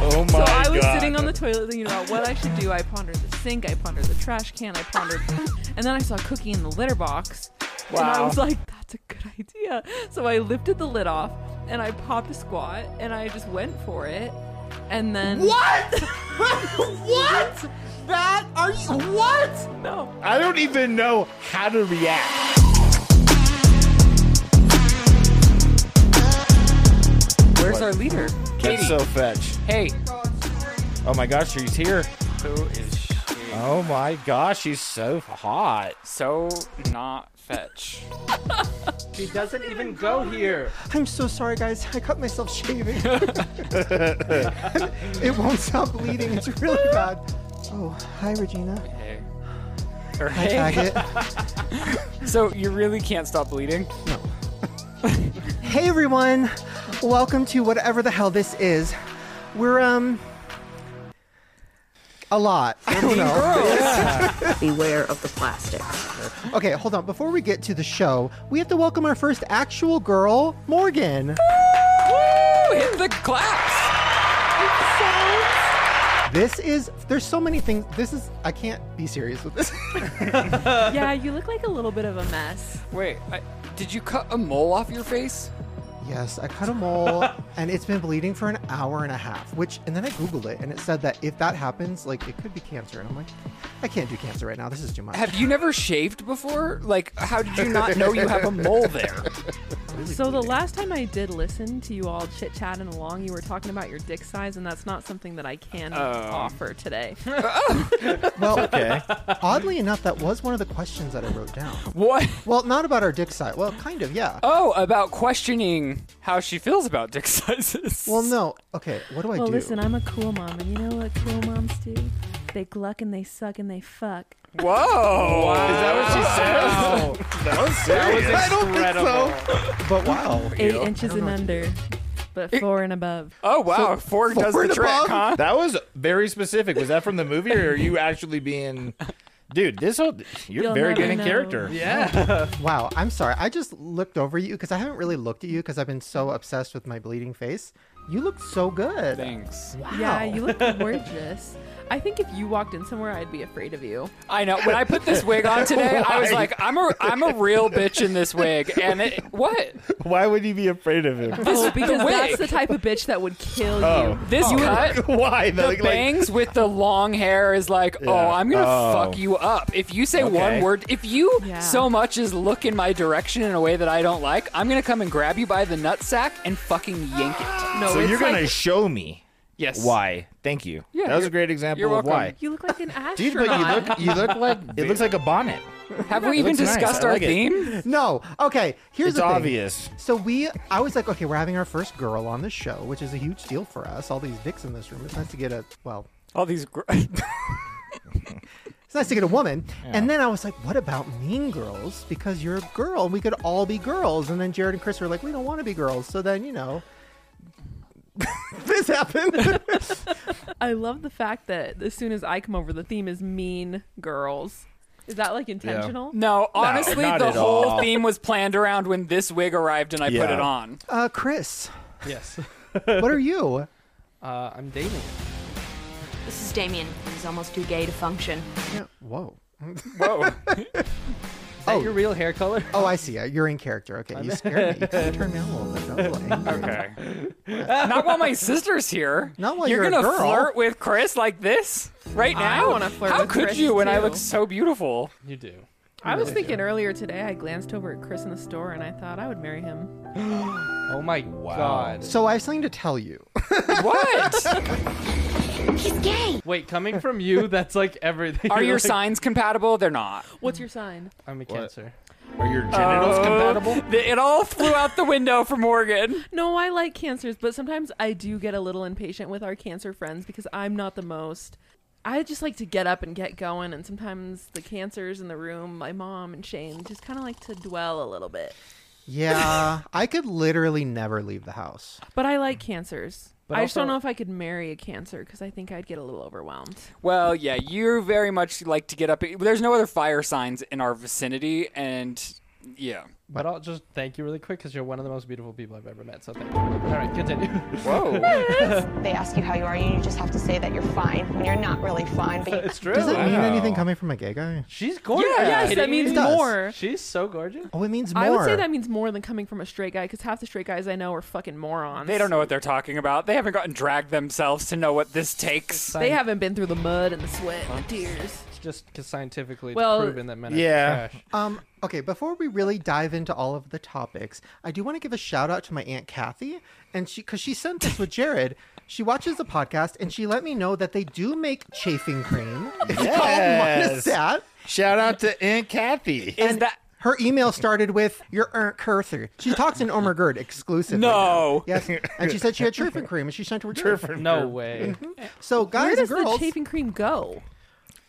Oh my so I was God. sitting on the toilet thinking about what I should do. I pondered the sink, I pondered the trash can, I pondered, and then I saw Cookie in the litter box. And I Wow. was like, that's a good idea. So I lifted the lid off and I popped a squat and I just went for it. And then What? what? That are you? What? no. I don't even know how to react. Where's our leader? Katie. That's so fetch. hey. Oh my gosh, she's here. Who is she? Oh my gosh, she's so hot. So not fetch. She doesn't even go here. I'm so sorry, guys. I cut myself shaving. it won't stop bleeding. It's really bad. Oh, hi, Regina. Hey. Hi, Taggett. So you really can't stop bleeding? hey, everyone. Welcome to whatever the hell this is. We're, um, a lot. I don't know. Beware of the plastics. Okay, hold on. Before we get to the show, we have to welcome our first actual girl, Morgan. Woo! Hit the claps! This is, there's so many things. This is, I can't be serious with this. Yeah, you look like a little bit of a mess. Wait, I, did you cut a mole off your face? Yes, I cut a mole and it's been bleeding for an hour and a half, which, and then I Googled it and it said that if that happens, like it could be cancer. And I'm like, I can't do cancer right now. This is too much. Have you never shaved before? Like, how did you not know you have a mole there? So the last time I did listen to you all chit chatting along, you were talking about your dick size, and that's not something that I can Oh. offer today. Well, Okay. oddly enough, that was one of the questions that I wrote down. What? Well, not about our dick size. Well, kind of, yeah. Oh, about questioning how she feels about dick sizes. Well, no. Okay, what do I well, do? listen, I'm a cool mom, and you know what cool moms do? They gluck and they suck and they fuck. Whoa! Wow. Is that what she says? that was serious. I don't think so. But wow. Eight inches and under, but four and above. Oh wow, Ford does Ford the trick, above? huh? That was very specific. Was that from the movie, or are you actually being, dude? This whole you're You'll very never good in know. character. Yeah. Wow, I'm sorry. I just looked over you because I haven't really looked at you because I've been so obsessed with my bleeding face. You look so good. Thanks. Yeah, you look gorgeous. I think if you walked in somewhere, I'd be afraid of you. I know. When I put this wig on today, I was like, I'm a I'm a real bitch in this wig. And it, what? Why would you be afraid of him? Oh, because that's wig. the type of bitch that would kill Oh. you. This cut Why? the bangs with the long hair is like, oh, I'm gonna Oh. fuck you up. If you say Okay. one word, if you Yeah. so much as look in my direction in a way that I don't like, I'm gonna come and grab you by the nutsack and fucking yank it. No, so it's you're like, gonna show me Yes. why? Thank you. Yeah, that was a you're- great example you're of welcome. why. you look like an astronaut. Dude, but you look you look like it looks like a bonnet. Have we even looks nice. discussed I our like it. theme? No. Okay. Here's It's the thing. obvious. So we, I was like, okay, we're having our first girl on the show, which is a huge deal for us. All these dicks in this room. It's nice to get a well. All these. Gr- It's nice to get a woman. And then I was like, what about mean girls? Because you're a girl, and we could all be girls. And then Jared and Chris were like, we don't want to be girls. So then you know, this happened. I love the fact that as soon as I come over, the theme is mean girls. Is that like intentional? no, honestly, not the at whole all. theme was planned around when this wig arrived and I put Yeah. it on. uh, Chris, yes. what are you? Uh, I'm dating. This is Damien. He's almost too gay to function. Yeah, Whoa. Whoa. Is that Oh. your real hair color? Oh, I see. Uh, You're in character. Okay, you scared me. You kinda turned me on a little bit. I was a little angry. Okay. Not while my sister's here. Not while you're you're a gonna girl. flirt with Chris like this right I now. wanna flirt How with could Chris, you? When I too. look so beautiful. You do. I was thinking earlier today, I glanced over at Chris in the store and I thought I would marry him. Oh my god. So I have something to tell you. What? Wait, coming from you, that's like everything. Are You're your like, signs compatible? They're not. What's your sign? I'm a cancer. Are your genitals compatible? Th- It all flew out the window for Morgan. No, I like cancers, but sometimes I do get a little impatient with our cancer friends because I'm not the most. I just like to get up and get going, and sometimes the cancers in the room, my mom and Shane, just kind of like to dwell a little bit. Yeah, I could literally never leave the house. But I like cancers. But I just don't also- know if I could marry a cancer because I think I'd get a little overwhelmed. Well, yeah, you very much like to get up. There's no other fire signs in our vicinity, and yeah. But I'll just thank you really quick because you're one of the most beautiful people I've ever met. So thank you. All right, continue. Whoa. They ask you how you are, and you just have to say that you're fine when you're not really fine. But you, it's true. Does that mean Wow. anything coming from a gay guy? She's gorgeous. Yeah, Are you yes, that kidding means me? does. more. She's so gorgeous. Oh, it means more. I would say that means more than coming from a straight guy because half the straight guys I know are fucking morons. they don't know what they're talking about. They haven't gotten dragged themselves to know what this takes. They haven't been through the mud and the sweat and the tears. It's just because scientifically it's Well, proven that men are yeah. trash. Um, okay, before we really dive into all of the topics, I do want to give a shout out to my Aunt Kathy. And she, because she sent this with Jared, she watches the podcast and she let me know that they do make chafing cream. It's Yes. called monostat. Shout out to Aunt Kathy. Is that Her email started with your Aunt Kathy. She talks in Omer Gerd exclusively. No. now. Yes. And she said she had chafing cream and she sent her chafing. No way. So, Where guys and does the girls. chafing cream go?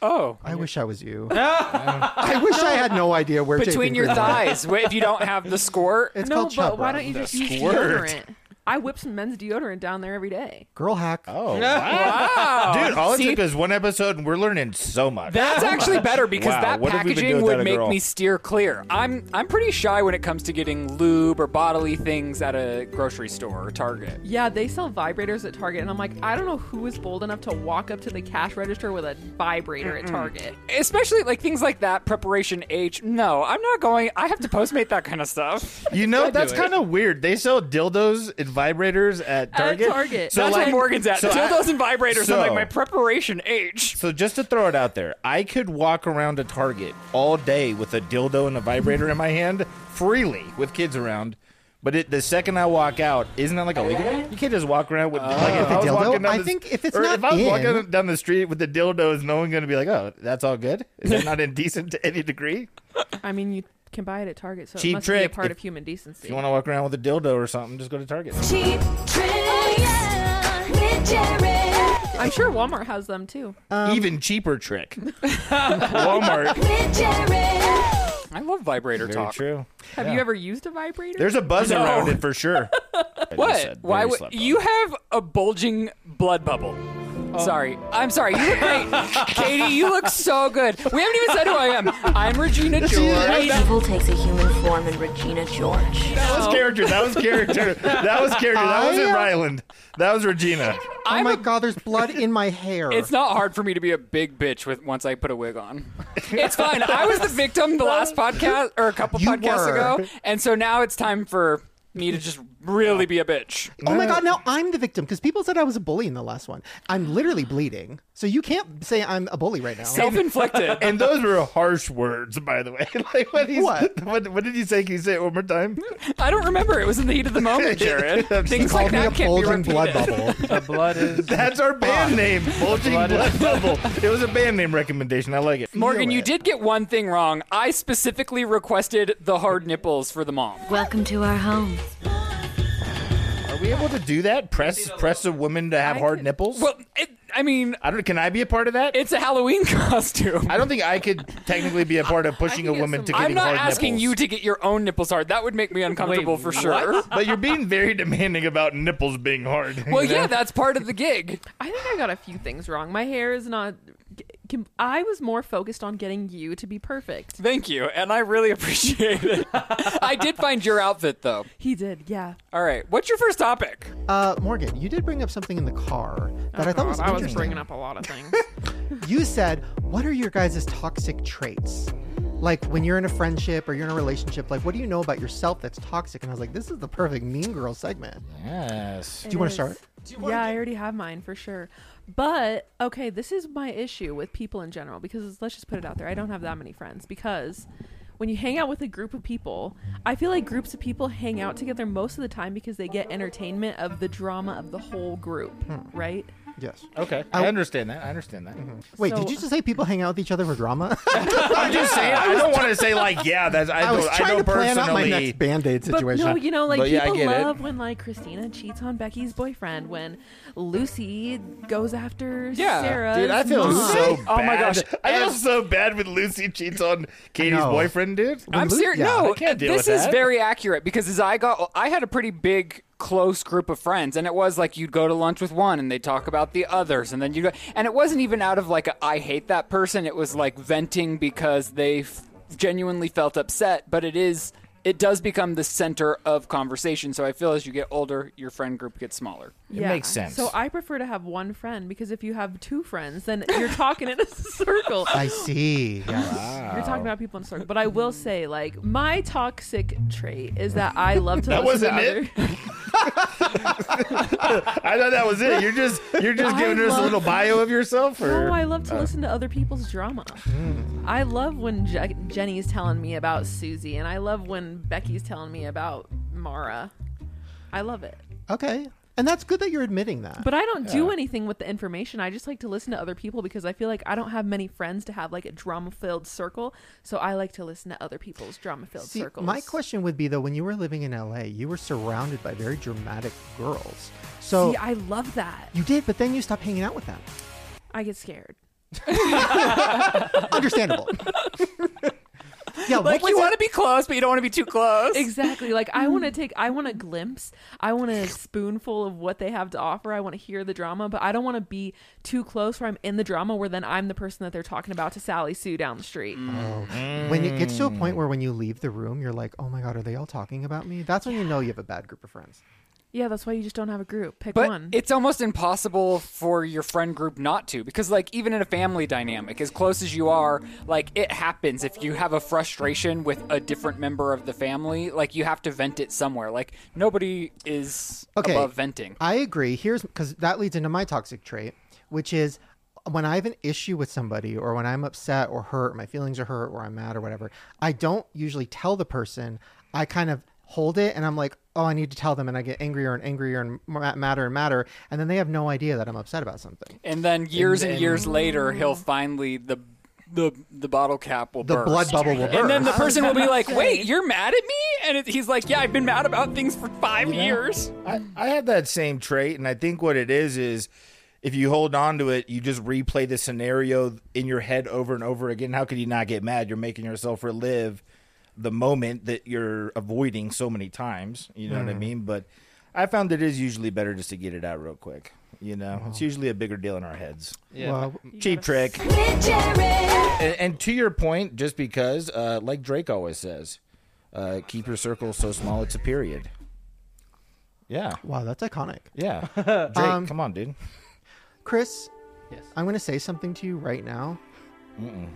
oh I wish I was you. I wish I had no idea where between chafing your cream went. thighs? Wait, if you don't have the score, It's no, called but chub why rub. don't you just use squirt. deodorant? I whip some men's deodorant down there every day. Girl hack. Oh, wow. Dude, all it took is one episode, and we're learning so much. That's actually better because Wow, that what have we been packaging doing would without a make girl? me steer clear. I'm I'm pretty shy when it comes to getting lube or bodily things at a grocery store or Target. Yeah, they sell vibrators at Target, and I'm like, I don't know who is bold enough to walk up to the cash register with a vibrator at Target. Especially like things like that, preparation H. No, I'm not going. I have to postmate that kind of stuff. you know, that's it. kind of weird. They sell dildos and vibrators at Target. Target. So That's like, where Morgan's at. so I- Dildos and vibrators. I'm like so- my preparation H. So just to throw it out there, I could walk around a Target all day with a dildo and a vibrator in my hand freely with kids around. But it, the second I walk out, isn't that like illegal? You can't just walk around with like if I was dildo? walking down I the- think if it's or not if I was in- walking down the street with the dildo, is no one going to be like, oh, that's all good? Is that not indecent to any degree? I mean, you can buy it at Target, so Cheap it must be a trick. part If- of human decency. If you want to walk around with a dildo or something, just go to Target. Cheap tricks with Jared. I'm sure Walmart has them too. Even cheaper trick. Walmart. With Jared. I love vibrator Very talk. true. Have you ever used a vibrator? There's a buzz No. around it for sure. What? Said, Why very would slept on. you have a bulging blood bubble? Sorry, I'm sorry. You look great, Katie. You look so good. We haven't even said who I am. I'm Regina George. Evil takes a human form in Regina George. That Oh. was character. That was character. That was character. That wasn't I- uh, Ryland. That was Regina. Oh I'm my a- god, there's blood in my hair. It's not hard for me to be a big bitch with once I put a wig on. It's fine. I was the victim the last podcast or a couple You podcasts were. ago, and so now it's time for me to just really be a bitch. Oh my god, now I'm the victim because people said I was a bully in the last one. I'm literally bleeding. So you can't say I'm a bully right now. Self-inflicted. And those were harsh words, by the way. Like what? He's, What? what? What did he say? Can you say it one more time? I don't remember. It was in the heat of the moment, Jared. Things like Called me a that can't be bulging repeated. blood bubble. The blood is. That's our band name, Bulging Blood Blood, is- Bubble. It was a band name recommendation. I like it. Morgan, Feel you it. did get one thing wrong. I specifically requested the hard nipples for the mom. Welcome to our home. Are we able to do that? Press press a woman to have I hard could- nipples? Well, it, I mean, I don't. Can I be a part of that? it's a Halloween costume. I don't think I could technically be a part of pushing a can get woman some- to getting I'm hard not asking nipples. you to get your own nipples hard. That would make me uncomfortable for sure. But you're being very demanding about nipples being hard. you Well, know? yeah, that's part of the gig. I think I got a few things wrong. My hair is not. Can, I was more focused on getting you to be perfect. Thank you, and I really appreciate it. I did find your outfit, though. He did, yeah. All right, what's your first topic? Uh, Morgan, you did bring up something in the car that I thought was Oh I was interesting. bringing up a lot of things. You said, "What are your guys' toxic traits?" Like when you're in a friendship or you're in a relationship, like what do you know about yourself that's toxic? And I was like, "This is the perfect Mean Girl segment." Yes. Do you want to start? yeah, I already have mine for sure. But okay, this is my issue with people in general because let's just put it out there. I don't have that many friends because when you hang out with a group of people, I feel like groups of people hang out together most of the time because they get entertainment of the drama of the whole group, Hmm. right? Yes. Okay. I understand that. I understand that. Wait, Oh, So- did you just say people hang out with each other for drama? I'm just saying. I don't want to say like, yeah, that's. I, I was don't, I trying know to plan out my personally. next band aid situation. But no, you know, like But yeah, I people get it. love when like Christina cheats on Becky's boyfriend, when Lucy goes after Yeah. Sarah. Dude, I feel mom. so bad. Oh my gosh. I feel so bad when Lucy cheats on Katie's know. boyfriend, dude. I'm Lu- serious. yeah, no, I can't deal this with is that. very accurate because as I got, I had a pretty big close group of friends, and it was like you'd go to lunch with one, and they'd talk about the others, and then you go, and it wasn't even out of like a, I hate that person. It was like venting because they. F- genuinely felt upset, but it is it does become the center of conversation. So I feel as you get older, your friend group gets smaller. It makes sense. So I prefer to have one friend because if you have two friends, then you're talking in a circle. I see. Yes. You're talking about people in a circle. But I will say, like, my toxic trait is that I love to That listen wasn't to it? I thought that was it. You're just you're just I giving us a love- Oh little bio of yourself, other. or No, I love Uh. to listen to other people's drama. Hmm. I love when Je- Jenny's telling me about Susie, and I love when Becky's telling me about Mara. I love it. Okay. And that's good that you're admitting that. But I don't do anything with the information. I just like to listen to other people because I feel like I don't have many friends to have like a drama filled circle. So I like to listen to other people's drama filled See, circles. my question would be though, when you were living in LA, you were surrounded by very dramatic girls. So See, I love that. you did, but then you stopped hanging out with them. I get scared. Understandable. yeah, Like what was you it- want to be close, but you don't want to be too close. Exactly. Like I want to take I want a glimpse. I want a spoonful of what they have to offer. I want to hear the drama, but I don't want to be too close where I'm in the drama where then I'm the person that they're talking about to Sally Sue down the street. Mm. Uh-huh. when it gets to a point where when you leave the room, you're like, oh my god, are they all talking about me? That's when you know you have a bad group of friends. Yeah, that's why you just don't have a group. Pick But one. it's almost impossible for your friend group not to, because like even in a family dynamic, as close as you are, like it happens. If you have a frustration with a different member of the family, like you have to vent it somewhere. Like nobody is Okay. above venting. I agree. Here's because that leads into my toxic trait, which is when I have an issue with somebody or when I'm upset or hurt, my feelings are hurt or I'm mad or whatever, I don't usually tell the person. I kind of hold it and I'm like, oh, I need to tell them. And I get angrier and angrier and ma- madder and madder. And then they have no idea that I'm upset about something. And then years and, years later, he'll finally the the the bottle cap will The burst. blood bubble will burst. And then the person will be like, "Wait, you're mad at me?" And it, he's like, "Yeah, I've been mad about things for five years." I, I have that same trait, and I think what it is is if you hold on to it, you just replay the scenario in your head over and over again. How could you not get mad? You're making yourself relive the moment that you're avoiding so many times. You know what I mean? But I found it is usually better just to get it out real quick. You know, it's usually a bigger deal in our heads. Yeah. Well, Cheap trick. And, and to your point, just because, uh, like Drake always says, uh, keep your circle so small it's a period. Yeah. wow, that's iconic. Yeah. Drake, come on, dude. Chris, Yes. I'm going to say something to you right now.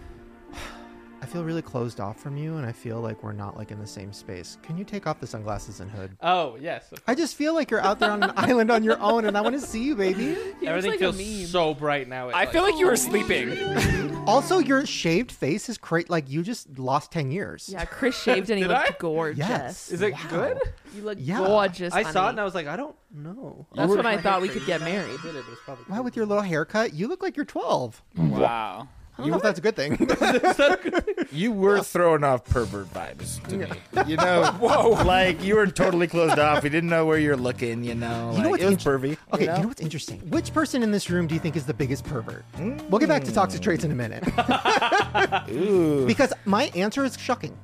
I feel really closed off from you, and I feel like we're not like in the same space. Can you take off the sunglasses and hood? Oh yes. I just feel like you're out there on an island on your own, and I want to see you, baby. He looks Everything like a meme. feels so bright now. It, I like, feel like you were sleeping. Also, your shaved face is cra Like you just lost ten years. yeah, Chris shaved and he Did looked I? gorgeous. Yes. Is it good? You look Yeah. gorgeous. I saw it and honey. I was like, I don't know. That's when I thought we could get married. I did it, but it's probably Wow, with your little haircut, you look like you're 12. Wow. I don't know if that's a good thing. You were throwing off pervert vibes to me. You know, whoa, like you were totally cled off. You didn't know where you're looking. You know, You know like, what's it was inter- pervy. okay, you know? know? what's interesting? Which person in this room do you think is the biggest pervert? We'll get back to toxic traits in a minute. Because my answer is shocking.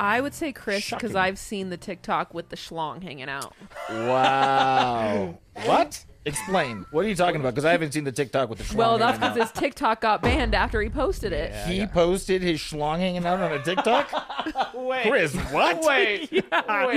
I would say Chris because I've seen the TikTok with the schlong hanging out. Wow. what? Explain. What are you talking about? Because I haven't seen the TikTok with the schlong. Well, that's because hanging his TikTok got banned after he posted it. out. he posted his schlong hanging out on a TikTok. Wait, Chris, what? Wait, wait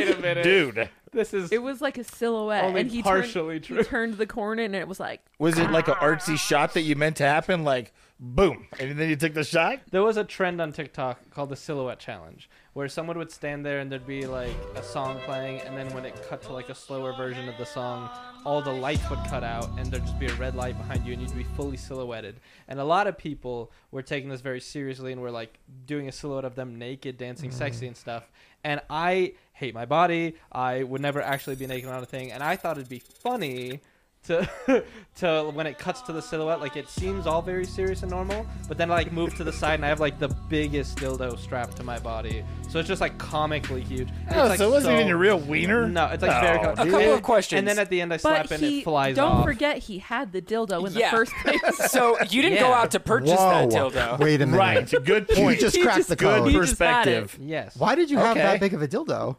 a minute, dude. This is It was like a silhouette, Only and he partially turned, true. He turned the corner, and it was like Was it like an artsy shot that you meant to happen? Like, boom, and then you took the shot. There was a trend on TikTok called the silhouette challenge, where someone would stand there and there'd be like a song playing, and then when it cut to like a slower version of the song, all the lights would cut out, and there'd just be a red light behind you, and you'd be fully silhouetted. And a lot of people were taking this very seriously, and were like doing a silhouette of them naked, dancing sexy and stuff. And I hate my body. I would never actually be naked on a thing, and I thought it'd be funny to to when it cuts to the silhouette, like it seems all very serious and normal, but then I like move to the side and I have like the biggest dildo strapped to my body, so it's just like comically huge. And Oh, it's, like, so it wasn't even your real wiener? No, it's like very. Oh, Com- dude. A couple and- of questions. and then at the end I slap But and he it flies don't off. forget he had the dildo in Yeah. the first place. So you didn't go Yeah. out to purchase that dildo. Wait a minute. Right. Good You point. just He cracked just- the Good code. just had it. perspective. Yes. Why did you have Okay. that big of a dildo?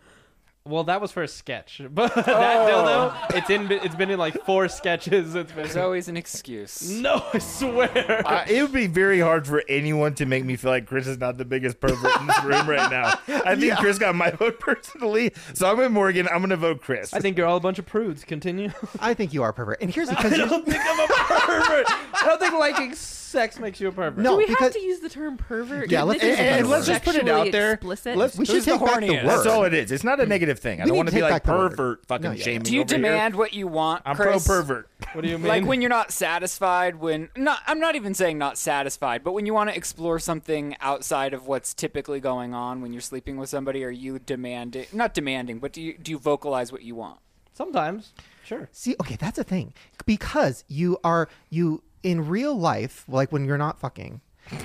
Well, that was for a sketch, but that dildo, it's in. It's been in like four sketches. It's been. There's always an excuse. no, I swear. I, Uh, it would be very hard for anyone to make me feel like Chris is not the biggest pervert in this room right now. I think Chris got my vote personally, so I'm with Morgan. I'm going to vote Chris. I think you're all a bunch of prudes. Continue. I think you are a pervert. And here's because you I think I'm a pervert. I don't think liking sex makes you a pervert. No. Do we because- have to use the term pervert? Yeah, Isn't let's it use the and term let's just put it out sexually there. explicit? Let's- we should Who's the take back the horniest? word. That's all it is. It's not a negative thing. I We don't need want to to be take like back the word. pervert fucking No, yeah. shaming. Do you over here. demand what you want? I'm pro Chris? pervert. What do you mean? Like when you're not satisfied, when not, I'm not even saying not satisfied, but when you want to explore something outside of what's typically going on when you're sleeping with somebody, are you demanding? Not demanding, but do you do you vocalize what you want? Sometimes, sure. See, okay, that's a thing because you are you in real life, like when you're not fucking,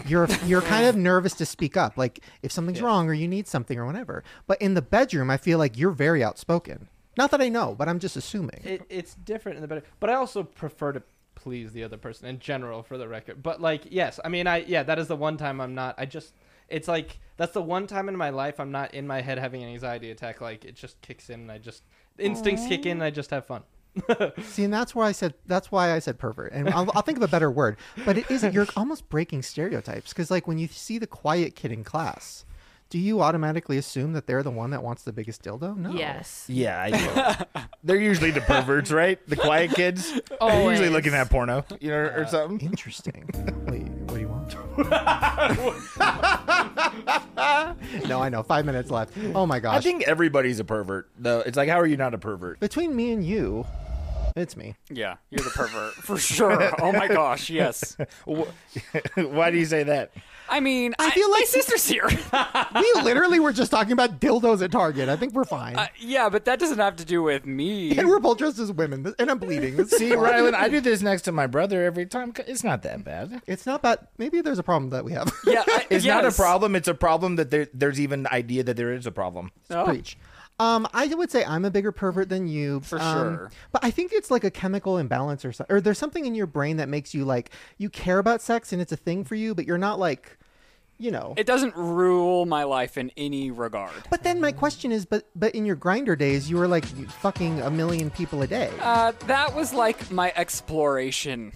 you're you're kind of nervous to speak up, like if something's wrong or you need something or whatever. But in the bedroom, I feel like you're very outspoken. Not that I know, but I'm just assuming. It, it's different in the better, but I also prefer to please the other person in general, for the record. But like, yes, I mean, I yeah, that is the one time I'm not. I just, it's like that's the one time in my life I'm not in my head having an anxiety attack. Like it just kicks in, and I just instincts kick in, and I just have fun. See, and that's where I said that's why I said pervert, and I'll, I'll think of a better word. But it isn't. You're almost breaking stereotypes because, like, when you see the quiet kid in class, do you automatically assume that they're the one that wants the biggest dildo? No. Yes. Yeah, I do. They're usually the perverts, right? The quiet kids. They're usually Always. looking at porno, you know, or something. Interesting. Wait, what do you want? no, I know. Five minutes left. Oh my gosh. I think everybody's a pervert, though. It's like, how are you not a pervert? Between me and you, it's me. Yeah, you're the pervert for sure. Oh my gosh, yes. Wh- Why do you say that? I mean, I, feel my like- sister's here. Uh, We literally were just talking about dildos at Target. I think we're fine. Uh, yeah, but that doesn't have to do with me. and we're both dressed as women, This- and I'm bleeding. This is See, fine. Rylan, I do this next to my brother every time. It's not that bad. It's not bad. Maybe there's a problem that we have. Yeah, I- It's not a yes. problem. It's a problem that there, there's even the idea that there is a problem. No. Preach. Um, I would say I'm a bigger pervert than you For um, sure. but I think it's like a chemical imbalance or something. Or there's something in your brain that makes you like you care about sex and it's a thing for you, but you're not like, you know. It doesn't rule my life in any regard. but then my question is, but but in your grinder days, you were like fucking a million people a day. Uh, that was like my exploration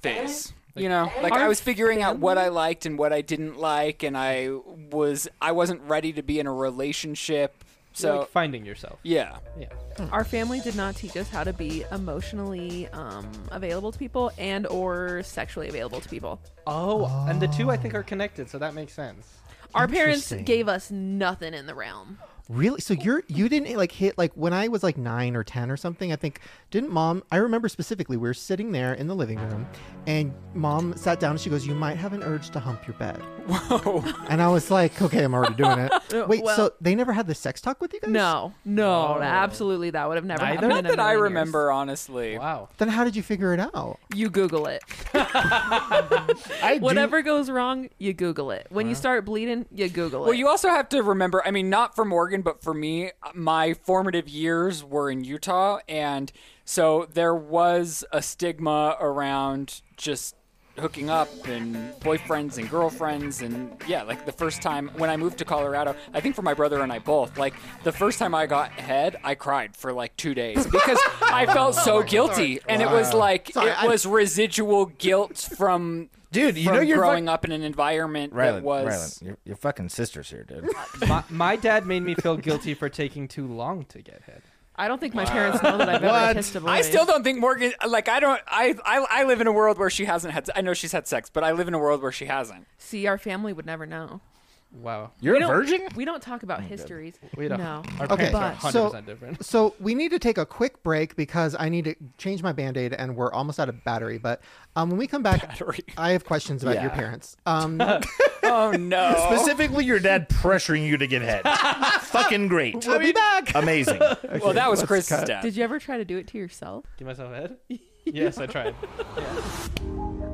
phase. You know, like Mm-hmm. I was figuring out what I liked and what I didn't like, and I was I wasn't ready to be in a relationship. So So like finding yourself. yeah, Yeah. Our family did not teach us how to be emotionally um, available to people and or sexually available to people. Oh, and the two I think are connected, so that makes sense. Our parents Interesting. gave us nothing in the realm. Really? So you're you didn't like hit like when I was like nine or ten or something. I think didn't mom? I remember specifically we were sitting there in the living room, and mom sat down and she goes, "You might have an urge to hump your bed." Whoa! And I was like, "Okay, I'm already doing it." Wait, well- so they never had the sex talk with you guys? No, no, absolutely that would have never Neither? happened. not in a that I million years. remember honestly. Wow. Then how did you figure it out? You Google it. I do- Whatever goes wrong, you Google it. When you start bleeding, you Google it. Well, you also have to remember. I mean, not for Morgan, but for me, my formative years were in Utah, and so there was a stigma around just hooking up and boyfriends and girlfriends and yeah like the first time when i moved to colorado i think for my brother and i both like the first time i got head i cried for like two days because i felt Oh so guilty and it was like Sorry, it I- was residual guilt from Dude, you from know you're growing fuck- up in an environment Rylan, that was Rylan, your, your fucking sister's here, dude. my, my dad made me feel guilty for taking too long to get head. I don't think my parents know that I've ever kissed a boy. I still don't think Morgan. Like I don't. I, I I live in a world where she hasn't had. I know she's had sex, but I live in a world where she hasn't. see. Our family would never know. Wow. You're We a don't- virgin? We don't talk about histories. We don't. No. Our Okay, parents are 100% so- different. So we need to take a quick break because I need to change my band aid and we're almost out of battery. But um, when we come back, Battery. I have questions about your Yeah. parents. Um, Oh no. Specifically, your dad pressuring you to get head. fucking great. we'll be back. Amazing. well, that was Chris's dad. Did you ever try to do it to yourself? Give myself a head? yes, I tried.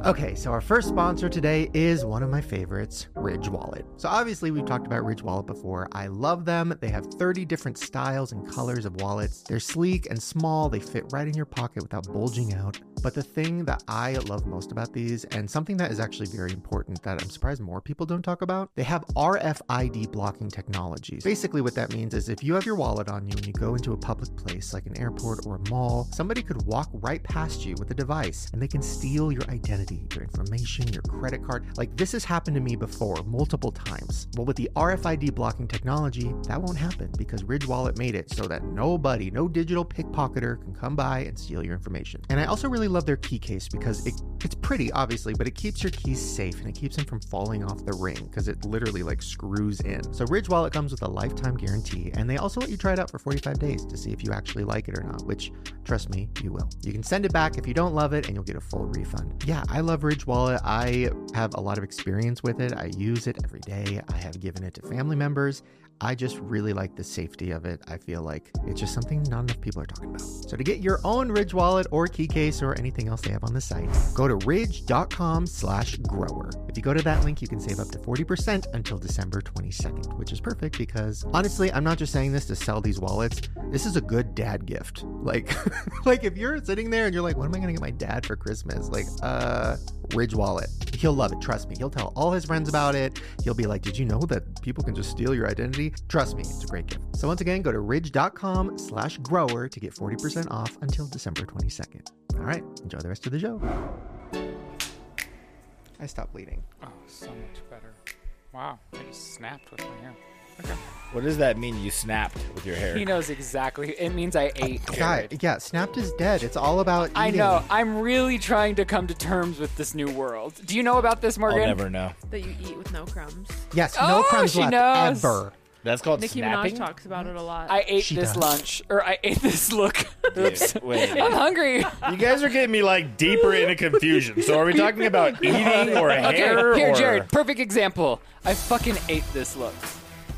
Okay, so our first sponsor today is one of my favorites, Ridge Wallet. So obviously we've talked about Ridge Wallet before. I love them. They have 30 different styles and colors of wallets. They're sleek and small. They fit right in your pocket without bulging out. But the thing that I love most about these, and something that is actually very important that I'm surprised more people don't talk about, they have RFID blocking technologies. Basically, what that means is if you have your wallet on you and you go into a public place like an airport or a mall, somebody could walk right past you with a device and they can steal your identity, your information, your credit card. Like this has happened to me before multiple times. Well, with the RFID blocking technology, that won't happen because Ridge Wallet made it so that nobody, no digital pickpocketer can come by and steal your information. And I also really love their key case because it, it's pretty, obviously, but it keeps your keys safe and it keeps them from falling off the ring because it literally like screws in. So Ridge Wallet comes with a lifetime guarantee and they also let you try it out for 45 days to see if you actually like it or not, which trust me, you will. You can send it back if you don't love it and you'll get a full refund. Yeah, I love Ridge Wallet. I have a lot of experience with it. I use it every day. I have given it to family members. I just really like the safety of it. I feel like it's just something not enough people are talking about. So to get your own Ridge wallet or key case or anything else they have on the site, go to ridge.com slash grower. If you go to that link, you can save up to 40% until December 22nd, which is perfect because honestly, I'm not just saying this to sell these wallets. This is a good dad gift. Like, like if you're sitting there and you're like, what am I gonna get my dad for Christmas? Like, uh, Ridge wallet. He'll love it. Trust me. He'll tell all his friends about it. He'll be like, did you know that people can just steal your identity? Trust me, it's a great gift. So once again, go to ridge.com slash grower to get 40% off until December 22nd. All right, enjoy the rest of the show. I stopped bleeding. Oh, so much better. Wow, I just snapped with my hair. What does that mean? You snapped with your hair. He knows exactly. It means I ate. Jared. God, yeah, Snapped is dead. It's all about eating. I know. I'm really trying to come to terms with this new world. Do you know about this, I'll Morgan? never know. that you eat with no crumbs. Yes, Oh, no crumbs she left knows. ever. That's called Nicki snapping. Minaj talks about it a lot. I ate She this does. lunch, or I ate this look. Oops. Dude, wait. I'm hungry. You guys are getting me like deeper into confusion. So are we talking about eating or hair? okay, here, or... Jared. Perfect example. I fucking ate this look,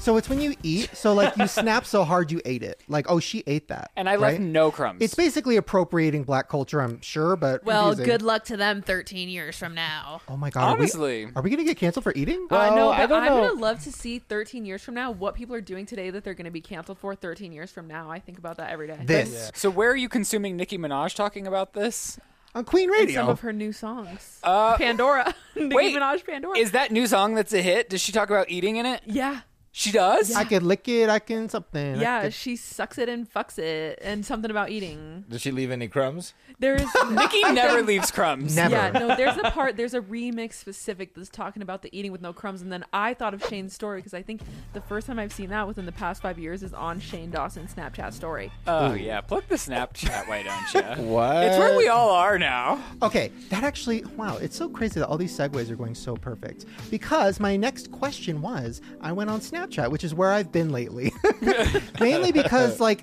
So it's when you eat. So like you snap so hard you ate it. Like oh she ate that. and I left right? no crumbs. It's basically appropriating black culture, I'm sure, but Well, confusing. good luck to them 13 years from now. Oh my god! Honestly. Oh, are we, are we gonna get canceled for eating? I know, Well, Uh, but I don't am know. gonna love to see 13 years from now what people are doing today that they're gonna be canceled for 13 years from now. I think about that every day. this so where are you consuming Nicki Minaj talking about this? on Queen And some Radio. Uh, of her new songs, Pandora, Nicki wait, Minaj, Pandora. Is that new song that's a hit? Does she talk about eating in it? yeah, She does. I can lick it. I can something. I yeah. could- She sucks it and fucks it, and something about eating. Did she leave any crumbs? There is Nicki never leaves crumbs. Never. Yeah, no, there's a part, there's a remix specific that's talking about the eating with no crumbs. And then I thought of Shane's story because I think the first time I've seen that within the past five years is on Shane Dawson's Snapchat story. Uh, Oh yeah, plug the Snapchat, why don't you? What? It's where we all are now. Okay, that actually, wow, it's so crazy that all these segues are going so perfect. Because my next question was I went on Snapchat, which is where I've been lately. Mainly because, like,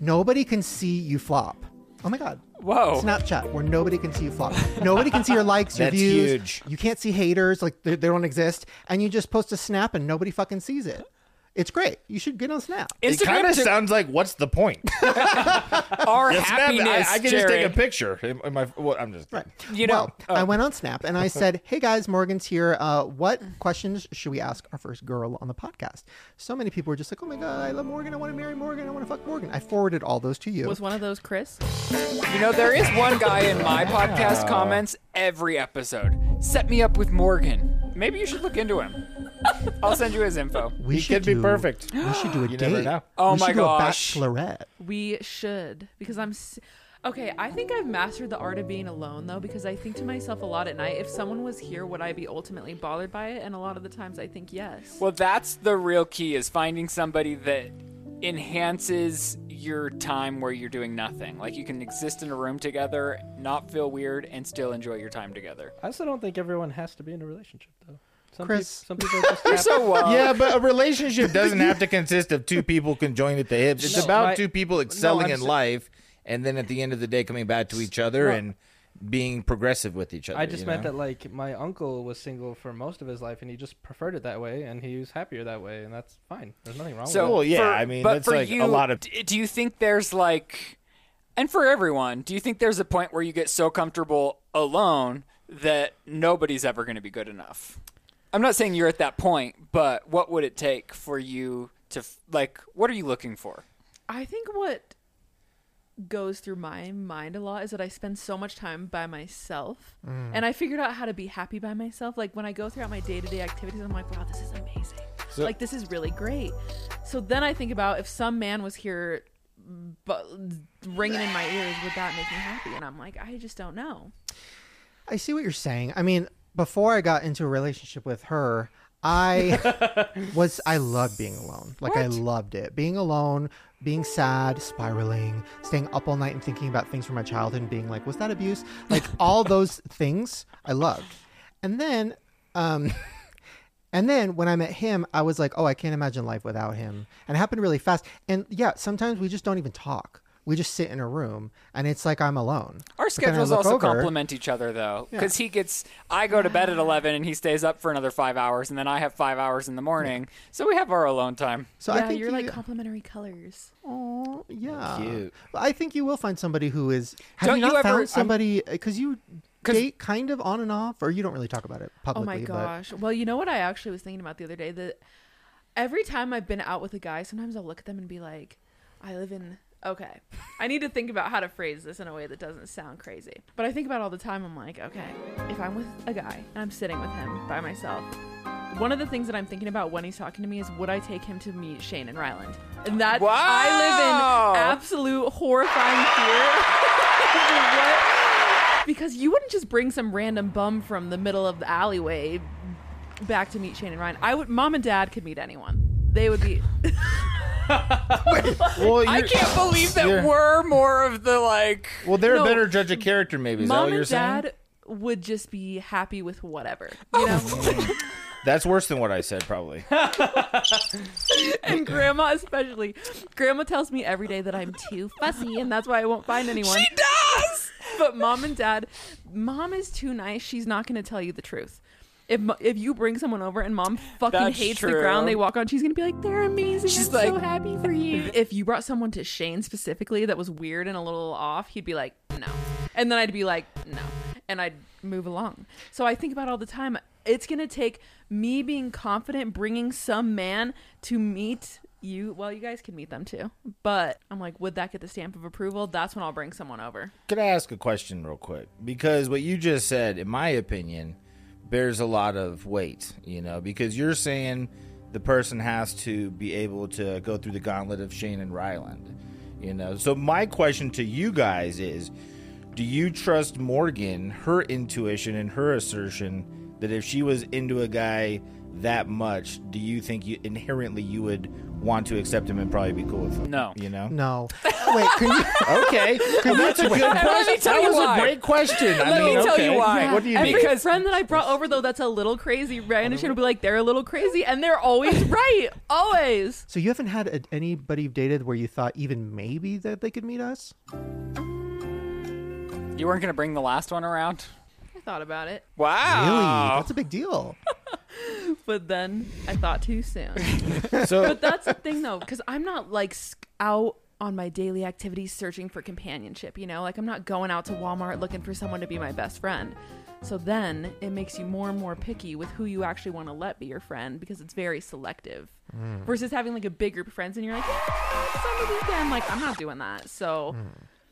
nobody can see you flop. Oh my God. Whoa. Snapchat, where nobody can see you flop. Nobody can see your likes, your That's views. huge. You can't see haters, like, they, they don't exist. And you just post a snap and nobody fucking sees it. It's great. You should get on Snap. It kind Instagram of took sounds like what's the point? our It's not- happiness. I, I can just take Jared. a picture. Am, am I, well, I'm just Right. You Oh. well, know- I went on Snap and I said, "Hey guys, Morgan's here. Uh, what questions should we ask our first girl on the podcast?" So many people were just like, "Oh my god, I love Morgan. I want to marry Morgan. I want to fuck Morgan." I forwarded all those to you. Was one of those Chris? You know, there is one guy in my podcast comments every episode. Set me up with Morgan. Maybe you should look into him. I'll send you his info. we He could be perfect. We should do a You date. never know. Oh we my should do gosh. a bachelorette. We should because I'm. S- okay, I think I've mastered the art of being alone though because I think to myself a lot at night if someone was here, would I be ultimately bothered by it? And a lot of the times I think yes. Well, that's the real key is finding somebody that enhances your time where you're doing nothing. Like you can exist in a room together, not feel weird, and still enjoy your time together. I also don't think everyone has to be in a relationship though. Some Chris. peop- some people are just happy. So well. Yeah, but a relationship doesn't have to consist of two people conjoined at the hips. It's No, about my- two people excelling I'm in sa- life, and then at the end of the day, coming back to each other No. and being progressive with each other. I just you meant know? that like my uncle was single for most of his life and he just preferred it that way and he was happier that way and that's fine. There's nothing wrong So with Well, yeah, for- I mean, but that's for like a you, lot of- d- Do you think there's like, and for everyone, do you think there's a point where you get so comfortable alone that nobody's ever going to be good enough? I'm not saying you're at that point, but what would it take for you to f- like? What are you looking for? I think what goes through my mind a lot is that I spend so much time by myself. Mm. And I figured out how to be happy by myself. Like when I go throughout my day to day activities, I'm like, wow, this is amazing. So- like this is really great. So then I think about if some man was here but ringing in my ears, would that make me happy? And I'm like, I just don't know. I see what you're saying. I mean, before I got into a relationship with her, I was I loved being alone. Like I loved it. Being alone, being sad, spiraling, staying up all night and thinking about things from my childhood and being like, was that abuse? Like all those things I loved. And then um And then when I met him, I was like, oh, I can't imagine life without him. And it happened really fast. And yeah, sometimes we just don't even talk. We just sit in a room and it's like I'm alone. Our But then I schedules look also over- complement each other though, because he gets I go to bed at eleven and he stays up for another five hours, and then I have five hours in the morning, so we have our alone time. So I yeah, think you're you- like complementary colors. Aw, yeah. Cute. Well, I think you will find somebody who is. Have Don't you not you ever- I'm- found somebody because you 'Cause- date kind of on and off, or you don't really talk about it Oh publicly? my gosh. Well, you know what I actually was thinking about the other day that every time I've been out with a guy, sometimes I'll look at them and be like, I live in okay. I need to think about how to phrase this in a way that doesn't sound crazy. But I think about it all the time I'm like, okay, if I'm with a guy and I'm sitting with him by myself, one of the things that I'm thinking about when he's talking to me is would I take him to meet Shane and Ryland? And that I Wow. live in absolute horrifying fear. What? Because you wouldn't just bring some random bum from the middle of the alleyway back to meet Shane and Ryan. I would. Mom and Dad could meet anyone. They would be. Well, I you're- can't believe that you're- we're more of the like. Well, they're No. a better judge of character, maybe. Is that Mom what you're and saying? Oh Dad would just be happy with whatever, you know. That's worse than what I said, probably. and Grandma especially. Grandma tells me every day that I'm too fussy, and that's why I won't find anyone. She does. but mom and dad, mom is too nice. She's not going to tell you the truth. If mo- if you bring someone over and mom fucking That's hates the true. ground they walk on, she's going to be like, "They're amazing. She's I'm so like- happy for you." If you brought someone to Shane specifically that was weird and a little off, he'd be like, "No," and then I'd be like, "No," and I'd move along. So I think about it all the time. It's going to take me being confident, bringing some man to meet. You well, you guys can meet them too, but I'm like, would that get the stamp of approval? That's when I'll bring someone over. Could I ask a question real quick? Because what you just said, in my opinion, bears a lot of weight, you know, because you're saying the person has to be able to go through the gauntlet of Shane and Ryland, you know. So my question to you guys is do you trust Morgan, her intuition and her assertion that if she was into a guy that much, do you think you inherently you would want to accept him and probably be cool with him? No. You know? No. Wait. Can you? Okay. that's a good question. Let me tell that you was why. a great question. I Let me mean, tell okay. you why. What do you Every mean? Because- friend that I brought over, though, that's a little crazy, Ryan and Shane will be like, they're a little crazy, and they're always right. Always. So you haven't had a, anybody you've dated where you thought even maybe that they could meet us? You weren't gonna bring the last one around. I thought about it, Wow. Really? That's a big deal. but then I thought too soon. so, But that's the thing, though, because I'm not like sc- out on my daily activities searching for companionship, you know? Like, I'm not going out to Walmart looking for someone to be my best friend. So then it makes you more and more picky with who you actually want to let be your friend because it's very selective. Versus having like a big group of friends and you're like, yeah, it's on the weekend. Like, I'm not doing that. So.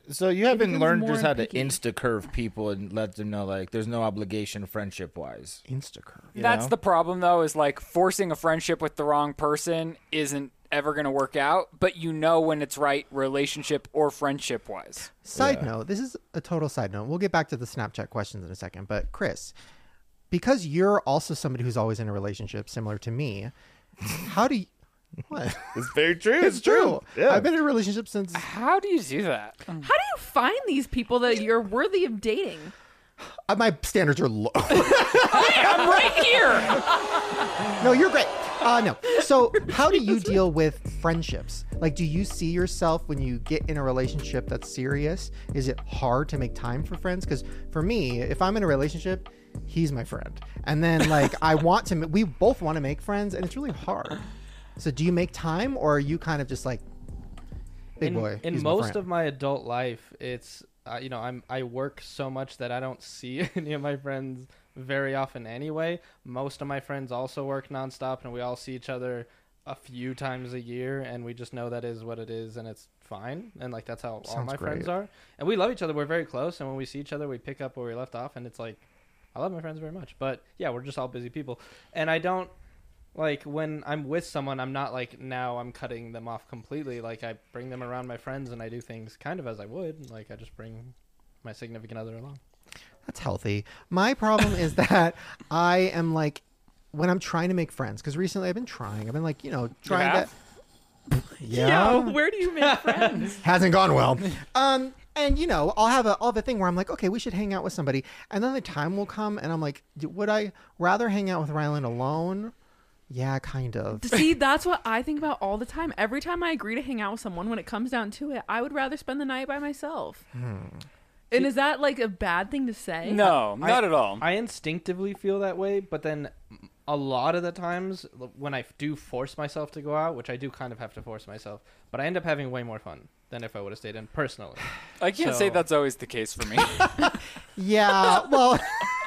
so you haven't becomes learned more just how to picky. insta curve people and let them know like there's no obligation friendship wise. Instacurve. That's know? the problem, though, is like forcing a friendship with the wrong person isn't ever going to work out, but you know when it's right, relationship or friendship wise. Side note, this is a total side note. We'll get back to the Snapchat questions in a second, but Chris, because you're also somebody who's always in a relationship similar to me, how do you what? It's very true. It's, I've been in a relationship since How do you do that? How do you find these people that you're worthy of dating? uh, my standards are low. I'm right here. no, you're great. Uh no. So, how do you deal with friendships? Like do you see yourself when you get in a relationship that's serious? Is it hard to make time for friends? Cuz for me, if I'm in a relationship, he's my friend. And then like I want to ma- we both want to make friends and it's really hard. So, do you make time or are you kind of just like big in, boy? in he's most friend? of my adult life, it's uh, you know I'm I work so much that I don't see any of my friends very often anyway. Most of my friends also work nonstop, and we all see each other a few times a year, and we just know that is what it is, and it's fine. And like that's how all Sounds my friends great. are, and we love each other. We're very close, and when we see each other, we pick up where we left off, and it's like, I love my friends very much, but yeah, we're just all busy people, and I don't like when I'm with someone, I'm not like now I'm cutting them off completely. Like I bring them around my friends, and I do things kind of as I would. Like I just bring my significant other along. That's healthy. My problem is that I am like when I'm trying to make friends because recently I've been trying. I've been like you know trying have? to. Yeah. No, where do you make friends? hasn't gone well. Um, and you know, I'll have a I'll have a thing where I'm like, okay, we should hang out with somebody, and then the time will come, and I'm like, "D- would I rather hang out with Rylan alone? Yeah, kind of. See, that's what I think about all the time. Every time I agree to hang out with someone, when it comes down to it, I would rather spend the night by myself. And is that like a bad thing to say? Hmm. No, not at all. I instinctively feel that way, but then a lot of the times l- when I f- do force myself to go out, which I do kind of have to force myself, but I end up having way more fun than if I would have stayed in personally. I can't say So- that's always the case for me. Yeah, well,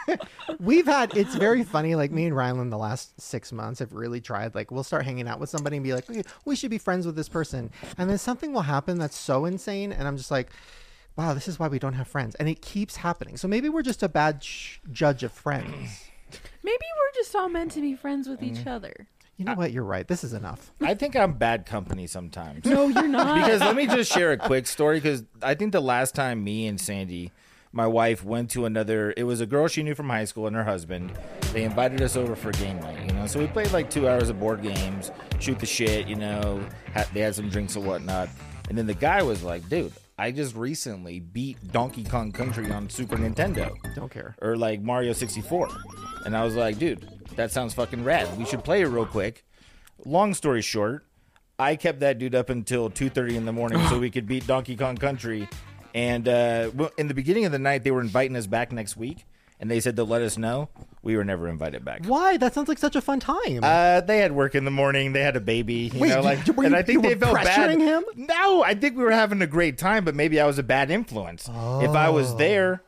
we've had it's very funny. Like me and Rylan, the last six months have really tried. Like we'll start hanging out with somebody and be like, we, we should be friends with this person, and then something will happen that's so insane, and I'm just like. Wow, this is why we don't have friends. And it keeps happening. So maybe we're just a bad sh- judge of friends. Maybe we're just all meant to be friends with Mm. each other. You Uh, know what? You're right. This is enough. I think I'm bad company sometimes. No, you're not. because let me just share a quick story because I think the last time me and Sandy, my wife, went to another, it was a girl she knew from high school and her husband. They invited us over for game night, you know. So we played like two hours of board games, shoot the shit, you know. Had, they had some drinks and whatnot, and then the guy was like, "Dude, I just recently beat Donkey Kong Country on Super Nintendo." Don't care. or like Mario 64. And I was like, dude, that sounds fucking rad. We should play it real quick. Long story short, I kept that dude up until 2:30 in the morning so we could beat Donkey Kong Country. And uh, well, in the beginning of the night, they were inviting us back next week, and they said they'll let us know. We were never invited back. Why? That sounds like such a fun time. Uh, they had work in the morning. They had a baby. You Wait, know, like, you- were and you- I think you they were felt bad. pressuring him? No, I think we were having a great time, but maybe I was a bad influence. If I was Oh. there,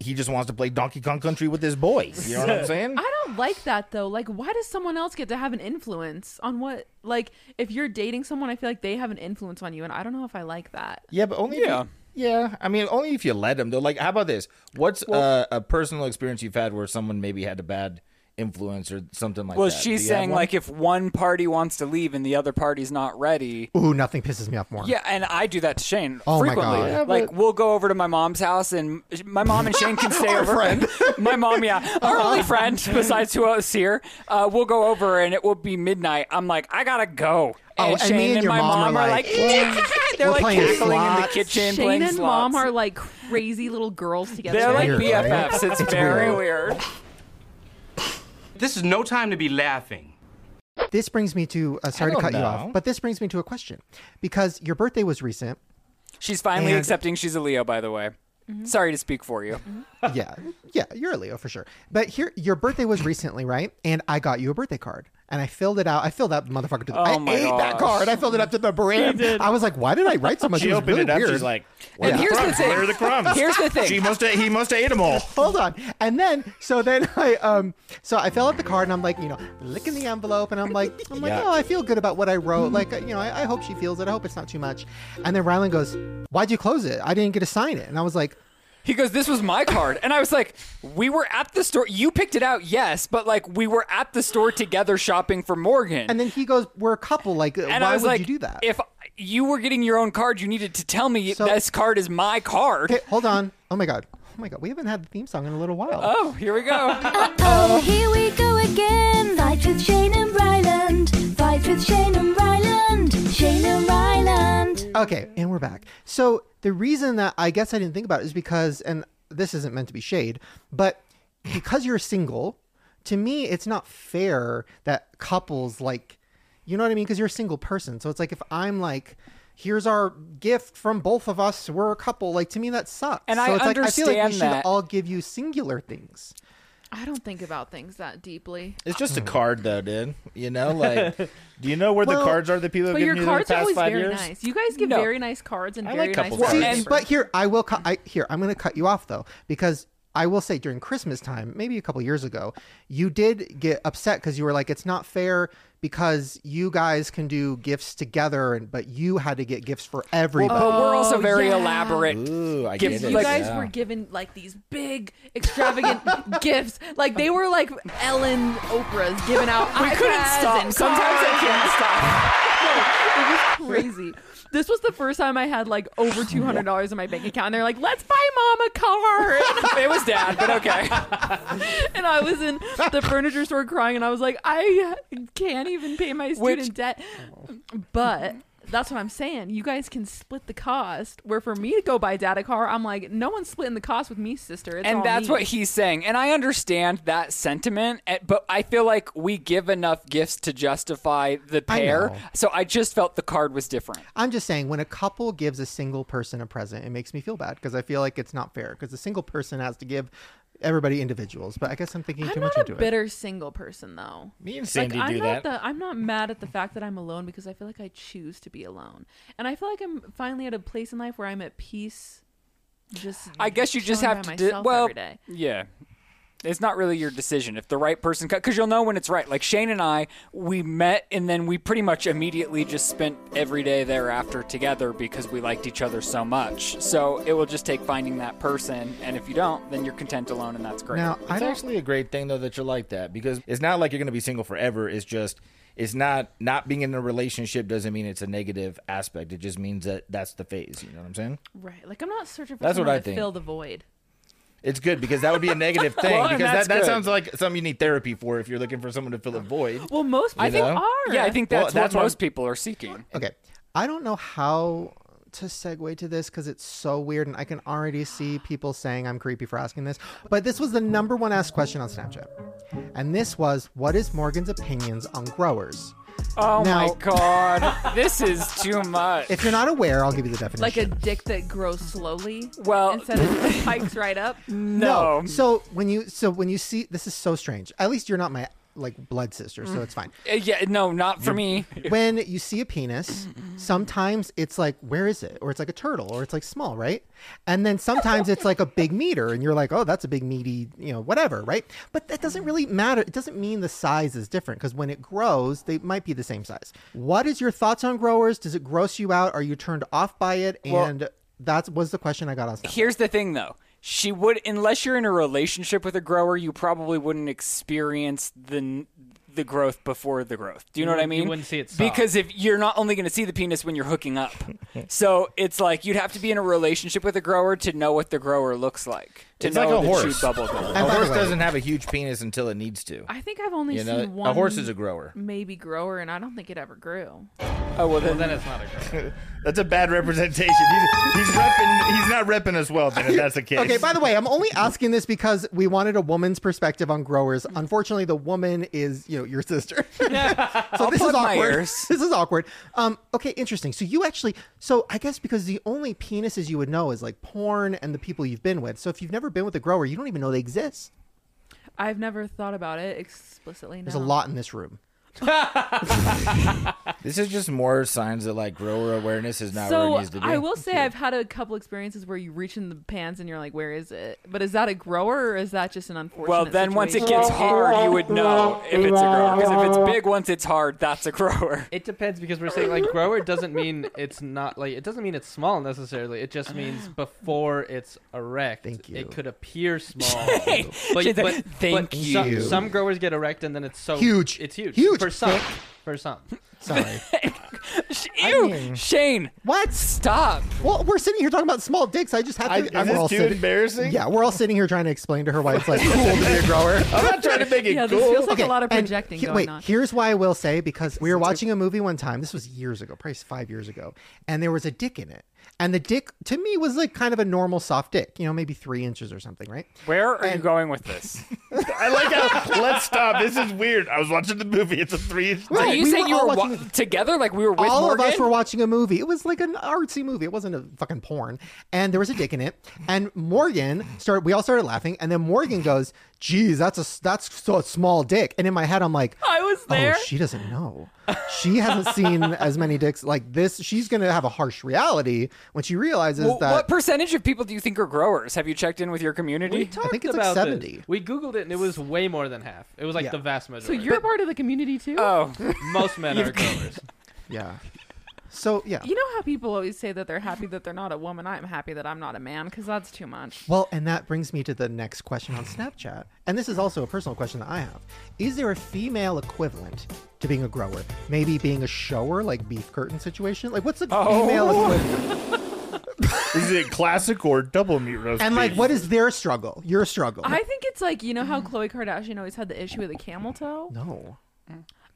he just wants to play Donkey Kong Country with his boy. You know what I'm saying? I don't like that though. Like, why does someone else get to have an influence on what? Like, if you're dating someone, I feel like they have an influence on you, and I don't know if I like that. yeah, but only. Yeah. If you, yeah, I mean, only if you let them. Though, like, how about this? What's uh, a personal experience you've had where someone maybe had a bad influence or something like well, that? Do she's you have saying one? like if one party wants to leave and the other party's not ready. Ooh, nothing pisses me off more. Yeah, and I do that to Shane Oh my frequently. God. Yeah, Like we'll go over to my mom's house, and my mom and Shane can stay over. my mom, yeah, our Uh-huh. only friend besides who else here. Uh, we'll go over, and it will be midnight. I'm like, I gotta go. Oh, and me and your my mom are like, "Yeah!" they're We're like playing cackling in the slots. kitchen, Shane playing and slots. mom are like crazy little girls together. they're like Weird, right? BFFs. It's very weird. This is no time to be laughing. This brings me to uh, sorry to don't cut you know. off, but this brings me to a question because your birthday was recent. She's finally And- accepting she's a Leo, by the way. Mm-hmm. Sorry to speak for you. yeah, yeah, you're a Leo for sure. But here, your birthday was recently, right? And I got you a birthday card. And I filled it out. I filled that motherfucker to the. Oh I my ate that gosh. card. I filled it up to the brim. I was like, why did I write so much? she was opened really it up. Weird. She's like, where are And the here's the crumbs? thing. Where are the crumbs? Here's the thing. She must have. He must have ate them all. hold on. And then, so then I, um, so I fill out the card and I'm like, you know, licking the envelope and I'm like, I'm like, Yuck. oh, I feel good about what I wrote. Like, uh, you know, I, I hope she feels it. I hope it's not too much. And then Rylan goes, why'd you close it? I didn't get to sign it. And I was like, He goes, "This was my card," and I was like, "We were at the store. You picked it out, yes, but like we were at the store together shopping for Morgan." and then he goes, we're a couple. Like, And why I was would like, you do that? If you were getting your own card, you needed to tell me So- this card is my card." okay, hold on. Oh my God. Oh my God. We haven't had the theme song in a little while. Oh, here we go. Oh, here we go again. Fight with Shane and Ryland. Fight with Shane and Ryland. Shane and Ryland. Okay, and we're back. So the reason that I guess I didn't think about it is because, and this isn't meant to be shade, but because you're single, to me, it's not fair that couples like, you know what I mean? Because you're a single person, so it's like if I'm like. Here's our gift from both of us. We're a couple. Like to me, that sucks. And so I it's like, I feel like we understand should that. all give you singular things. I don't think about things that deeply. It's just Hmm. a card, though, dude. You know, like, do you know where Well, the cards are that people have But your given you the cards are past always five very years? nice. You guys give No. very nice cards and I very like couple nice. cards. See, And- but here I will cut. I, here I'm going to cut you off though because I will say during Christmas time, maybe a couple years ago, you did get upset because you were like, it's not fair because you guys can do gifts together, and but you had to get gifts for everybody. but we're also Oh, very yeah. elaborate. Ooh, I Give get you it. you Like- guys were given like these big extravagant gifts like they were like ellen oprah's giving out We couldn't iPads stop. and Sometimes I can't stop. it was crazy. This was the first time I had like over two hundred dollars in my bank account. And they're like, "Let's buy mom a car," It was dad, but okay. and I was in the furniture store crying, and I was like, "I can't even pay my student Which- debt." But that's what I'm saying. You guys can split the cost. Where for me to go buy dad a car, I'm like, no one's splitting the cost with me, sister. It's all and that's me. what he's saying. And I understand that sentiment, eh, but I feel like we give enough gifts to justify the I pair. know. so I just felt the card was different. I'm just saying, when a couple gives a single person a present, it makes me feel bad because I feel like it's not fair because a single person has to give everybody individuals. But I guess I'm thinking too I'm much not into a it. bitter single person though. Me and Like, Sandy I'm do not that. The, I'm not mad at the fact that I'm alone because I feel like I choose to be alone, and I feel like I'm finally at a place in life where I'm at peace. Just I guess you just chilling have by to di- Mm-hmm. myself well, every day. yeah. It's not really your decision if the right person because you'll know when it's right. Like Shane and I, we met and then we pretty much immediately just spent every day thereafter together because we liked each other so much. So it will just take finding that person, and if you don't, then you're content alone, and that's great. Now, I It's don't actually a great thing though that you're like that because it's not like you're going to be single forever. It's just it's not not being in a relationship doesn't mean it's a negative aspect. It just means that that's the phase. You know what I'm saying? Right, like I'm not searching for That's what someone I to think. fill the void. It's good because that would be a negative thing Well, and because that, that's that good. sounds like something you need therapy for if you're looking for someone to fill a void. Well, most people You know? are. yeah, I think Well, that's, that's what what most I'm- people are seeking. okay i don't know how to segue to this because it's so weird and i can already see people saying i'm creepy for asking this but this was the number one asked question on snapchat and this was what is morgan's opinions on growers Oh Now- my god, this is too much. if you're not aware i'll give you the definition like a dick that grows slowly. Well- Mm. instead of just spikes right up. no, so when you so when you see this is so strange at least you're not my like blood sister so it's fine Uh, yeah, no, not for me. when you see a penis, sometimes it's like, where is it? Or it's like a turtle, or it's like small, right? And then sometimes it's like a big meter, and you're like, oh, that's a big meaty, you know, whatever, right? But that doesn't really matter. It doesn't mean the size is different because when it grows, they might be the same size. What is your thoughts on growers? Does it gross you out? Are you turned off by it? And that was the question I got on. Snapchat. Here's the thing, though. She would, unless you're in a relationship with a grower, you probably wouldn't experience the the growth before the growth. Do you know what I wouldn't- mean? you wouldn't see it stop. because if you're not only going to see the penis when you're hooking up, so it's like you'd have to be in a relationship with a grower to know what the grower looks like. To It's know like a that you horse. bubble gum. A by the horse way- doesn't have a huge penis until it needs to. I think I've only You know, seen one. a horse is a grower. maybe grower, and I don't think it ever grew. Oh well, then, Then it's not a girl. That's a bad representation. He's, he's repping. He's not repping us well. Then if that's the case. Okay, by the way, I'm only asking this because we wanted a woman's perspective on growers. Unfortunately, the woman is, you know, your sister. so this plug is my awkward. ears. This is awkward. Um, okay, interesting. So you actually so I guess because the only penises you would know is like porn and the people you've been with. So if you've never been with a grower, you don't even know they exist. I've never thought about it explicitly. There's no. a lot in this room. this is just more signs that like grower awareness is not where so it needs to be. I will say I've had a couple experiences where you reach in the pants and you're like, "Where is it?" But is that a grower or is that just an unfortunate? well, then once it situation? gets hard, you would know if it's a grower. Because if it's big, once it's hard, that's a grower. It depends because we're saying like grower doesn't mean it's not like it doesn't mean it's small necessarily. It just means before it's erect, Thank you. it could appear small. She's like, "Thank Some, you." some growers get erect and then it's so Huge. It's huge. Huge. for some. For some. Sorry. Ew, Shane, what? stop. Well, we're sitting here talking about small dicks. I just have to. I, we're am this all too sitting- embarrassing? Yeah, we're all sitting here trying to explain to her why it's like cool to be a grower. I'm not trying to make it Yeah, this cool. feels like a lot of and projecting he- going wait, on. here's why I will say because we were watching a movie one time. This was years ago, probably five years ago, and there was a dick in it. And the dick to me was like kind of a normal soft dick, you know, maybe three inches or something, right? Where are you going with this? I like how. Let's stop. This is weird. I was watching the movie. It's a three. Right. Are you we saying were you all were watching wa- together? Like we were with all Morgan? of us were watching a movie. It was like an artsy movie. It wasn't a fucking porn. And there was a dick in it. And Morgan started. We all started laughing. And then Morgan goes, geez, that's a s- that's so a small dick. And in my head, I'm like, I was there. Oh, she doesn't know. She hasn't seen as many dicks like this. She's gonna have a harsh reality when she realizes Well, that. what percentage of people do you think are growers? Have you checked in with your community? We talked think it's like about 70. This. We googled it and it was way more than half. It was like Yeah. the vast So majority. you're a part of the community too. oh, most men are growers. yeah. So yeah. you know how people always say that they're happy that they're not a woman. I'm happy that I'm not a man because that's too much. Well, and that brings me to the next question on Snapchat. And this is also a personal question that I have. Is there a female equivalent to being a grower? Maybe being a shower, like beef curtain situation? Like, what's a female equivalent? Is it classic or double meat roast? And, like, beef? what is their struggle? Your struggle? I think it's like you know how Khloe Kardashian always had the issue with the camel toe. Mm-hmm. no.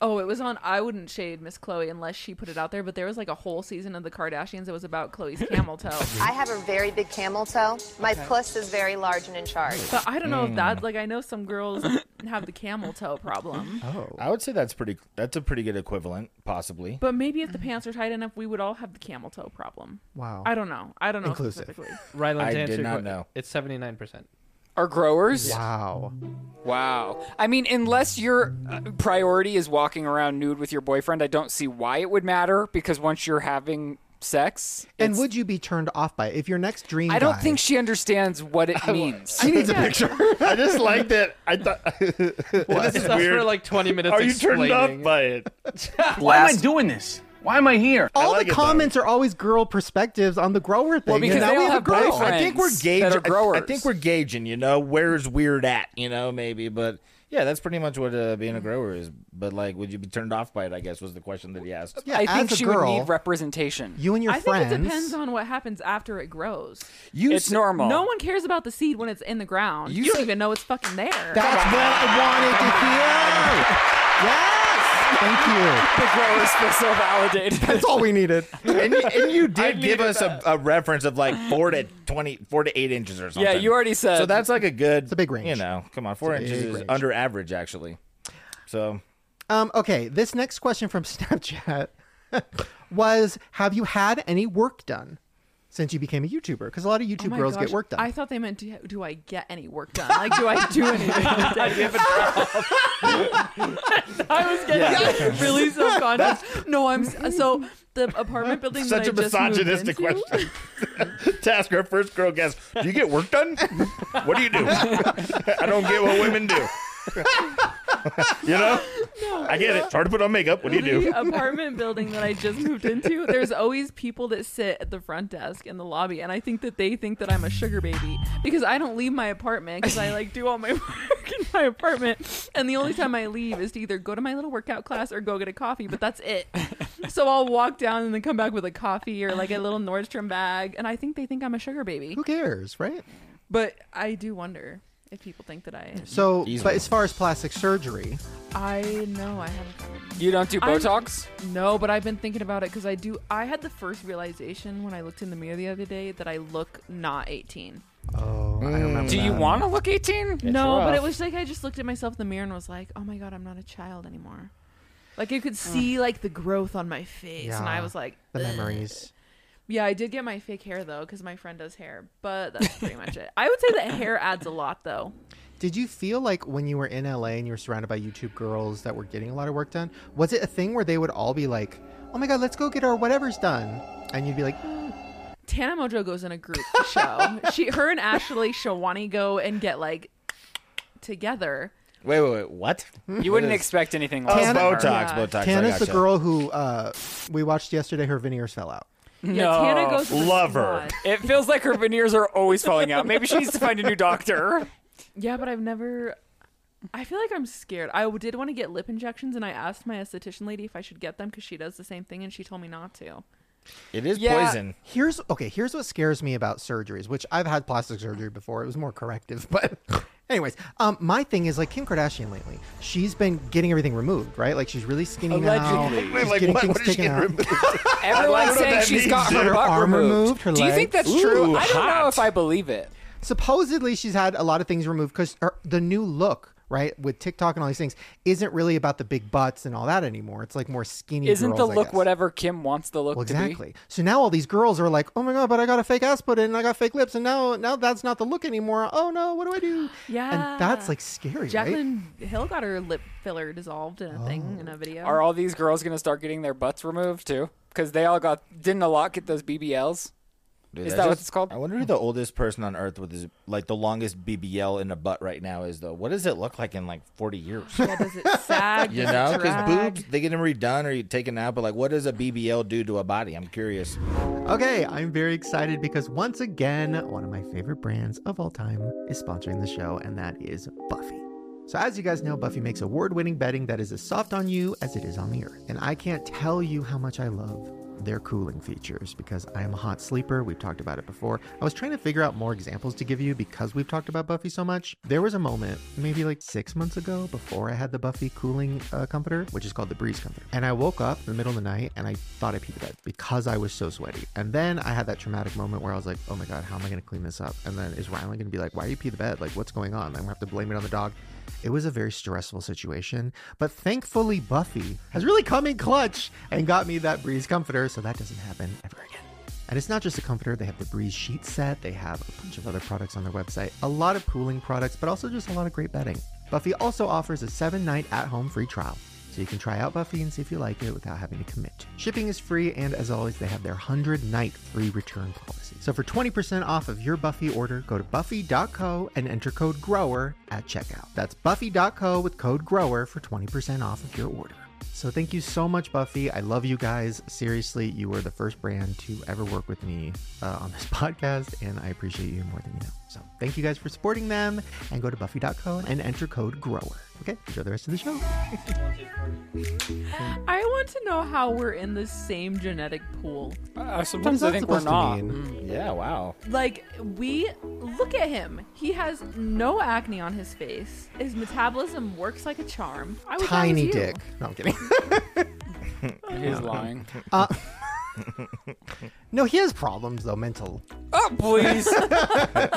Oh, it was on. I wouldn't shade Miss Chloe unless she put it out there, but there was like a whole season of the Kardashians that was about Chloe's camel toe. I have a very big camel toe. My puss is very large and in charge. But I don't know if Hmm. that. Like I know some girls have the camel toe problem, I would say that's pretty. That's a pretty good equivalent, possibly. but maybe if the pants are tight enough, we would all have the camel toe problem. Mm-hmm. Wow. I don't know. I don't know Inclusive. specifically. Rylan, to I answer did your not que- know. It's seventy nine percent. are growers? Wow. Wow. I mean, unless your uh, priority is walking around nude with your boyfriend, I don't see why it would matter because once you're having sex, And it's- would you be turned off by it? If your next dream I don't guy- think she understands what it means. she needs a picture. I just like that. I thought this is That's weird. for like twenty minutes. Are you turned explaining. off by it? Why am I doing this? Why am I here? All like it, the though. comments are always girl perspectives on the grower thing. Well, because and now they we all have a have girl. boyfriends. I think we're friends gauging. that are I, I growers. think we're gauging. You know, where's weird at? You know, maybe, but. Yeah, that's pretty much what uh, Mm. being a grower is. But like, would you be turned off by it? I guess was the question that he asked. Yeah, I as think a she girl, would need representation. you and your I friends. think it depends on what happens after it grows. You it's said- Oh. normal. No one cares about the seed when it's in the ground. You You, don't said- even know it's fucking there. That's what I wanted to hear. Yes. Thank you. the growers feel so validated. That's all we needed. and, you- and you did needed give us a, a reference of like four to twenty, four to eight inches or something. Yeah, you already said. So that's like a good. It's a big range. You know, come on, four It's a inches big is range. under average actually. So Um, okay, this next question from Snapchat was Have you had any work done since you became a YouTuber? Because a lot of Oh YouTube my girls gosh. get work done. I thought they meant, do, do I get any work done? Like, do I do anything? I was getting really self-conscious. No, I'm s- so the apartment building. such that a I just moved misogynistic into- question. Task our first girl guest. Do you get work done? What do you do? I don't get what women do. you know, I get it. It's hard to put on makeup. What do you do? the apartment building that I just moved into, there's always people that sit at the front desk in the lobby, and I think that they think that I'm a sugar baby because I don't leave my apartment because I like do all my work in my apartment, and the only time I leave is to either go to my little workout class or go get a coffee, but that's it. So I'll walk down and then come back with a coffee or like a little Nordstrom bag, and I think they think I'm a sugar baby, Who cares, right? but I do wonder if people think that I So, but Easily. as far as plastic surgery, I know I haven't. done it. you don't do I'm- Botox? No, but I've been thinking about it because I do. I had the first realization when I looked in the mirror the other day that I look not 18. oh, I remember. Do you want to look 18? no, but rough. it was like I just looked at myself in the mirror and was like, oh my God, I'm not a child anymore. Like you could see like the growth on my face, and I Yeah. was like, the "Ugh." memories? Yeah, I did get my fake hair though because my friend does hair, but that's pretty much it. I would say that hair adds a lot though. Did you feel like when you were in LA and you were surrounded by YouTube girls that were getting a lot of work done? Was it a thing where they would all be like, "Oh my god, let's go get our whatever's done," and you'd be like, Tana Mojo goes in a group show. she, her, and Ashley Shawani go and get like together. Wait, wait, wait. What? You wouldn't expect anything less. Tana- than Oh, her. Botox, Yeah. Botox. I "Tana's the gotcha. girl who uh, we watched yesterday. Her veneers fell out." Yeah, No. Tana goes. with a Love her. squad. It feels like her veneers are always falling out. Maybe she needs to find a new doctor. Yeah, but I've never. I feel like I'm scared. I did want to get lip injections, and I asked my esthetician lady if I should get them because she does the same thing, and she told me not to. It is Yeah. poison. Here's okay. Here's what scares me about surgeries, which I've had plastic surgery before. It was more corrective, but anyways, um, my thing is like Kim Kardashian lately. She's been getting everything removed, right? Like she's really skinny Allegedly. now. Wait, She's like, getting what- things what did she get taken out. removed? Everyone's what saying that she's means. got her, Her butt arm removed. removed, her Do you leg. think that's true? Ooh, I don't know hot. if I believe it. Supposedly, she's had a lot of things removed because the new look right, with TikTok and all these things, isn't really about the big butts and all that anymore. It's like more skinny. Isn't the girls, I look guess. whatever Kim wants the look Well, to be? exactly. So now all these girls are like, "Oh my god, but I got a fake ass put in, and I got fake lips, and now now that's not the look anymore. Oh no, what do I do?" Yeah. and that's like scary, right? Jacqueline Hill got her lip filler dissolved in a Oh. thing in a video. Are all these girls going to start getting their butts removed too? Because they all got didn't a lot get those BBLs? Dude, Is I that what just- it's called? I wonder who the oldest person on Earth with his like the longest BBL in a butt right now is though. What does it look like in like forty years? yeah, does it sag? You Does it know, because drag? boobs they get them redone or you take it out, but like, what does a BBL do to a body? I'm curious. Okay, I'm very excited because once again, one of my favorite brands of all time is sponsoring the show, and that is Buffy. So, as you guys know, Buffy makes award winning bedding that is as soft on you as it is on the earth. And I can't tell you how much I love their cooling features because I am a hot sleeper. We've talked about it before. I was trying to figure out more examples to give you because we've talked about Buffy so much. There was a moment, maybe like six months ago, before I had the Buffy cooling uh, comforter, which is called the Breeze comforter. And I woke up in the middle of the night and I thought I peed the bed because I was so sweaty. And then I had that traumatic moment where I was like, oh my God, how am I going to clean this up? And then is Ryan going to be like, why do you pee the bed? Like, what's going on? I'm going to have to blame it on the dog. It was a very stressful situation, but thankfully Buffy has really come in clutch and got me that breeze comforter, so that doesn't happen ever again. And it's not just a comforter, they have the Breeze sheet set, they have a bunch of other products on their website, a lot of cooling products, but also just a lot of great bedding. Buffy also offers a seven night at home free trial. So you can try out Buffy and see if you like it without having to commit. Shipping is free, and as always, they have their 100 night free return policy. So for 20% off of your Buffy order, go to buffy.co and enter code GROWER at checkout. That's buffy.co with code GROWER for 20% off of your order. So thank you so much, Buffy. I love you guys. Seriously, you were the first brand to ever work with me uh, on this podcast, and I appreciate you more than you know. So thank you guys for supporting them, and go to buffy.co and enter code GROWER. Okay, enjoy the rest of the show. I want to know how we're in the same genetic pool. Uh, What is sometimes I that think we're supposed not. Mm. to mean? Yeah, wow. Like, we look at him. He has no acne on his face. His metabolism works like a charm. I wish I was Tiny you. dick. No, I'm kidding. He's lying. no, he has problems though, mental. Oh please!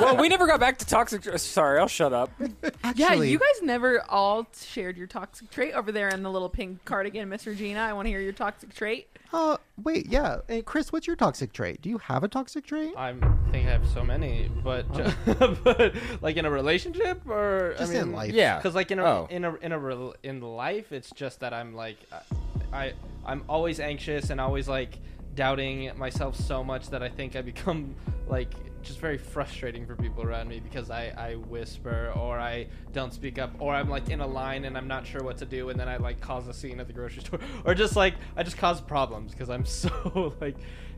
well, we never got back to toxic. Sorry, I'll shut up. Yeah, Actually, you guys never all shared your toxic trait over there in the little pink cardigan, Miss Regina. I want to hear your toxic trait. Uh, wait, yeah. Hey, Chris, what's your toxic trait? Do you have a toxic trait? I think I have so many, but, but like in a relationship or Just I mean, in life. Yeah, Because like in a Oh. in a in a rel- in life, it's just that I'm like, I, I I'm always anxious and always like doubting myself so much that I think I become like just very frustrating for people around me because I I whisper or I don't speak up or I'm like in a line and I'm not sure what to do and then I like cause a scene at the grocery store or just like I just cause problems because I'm so like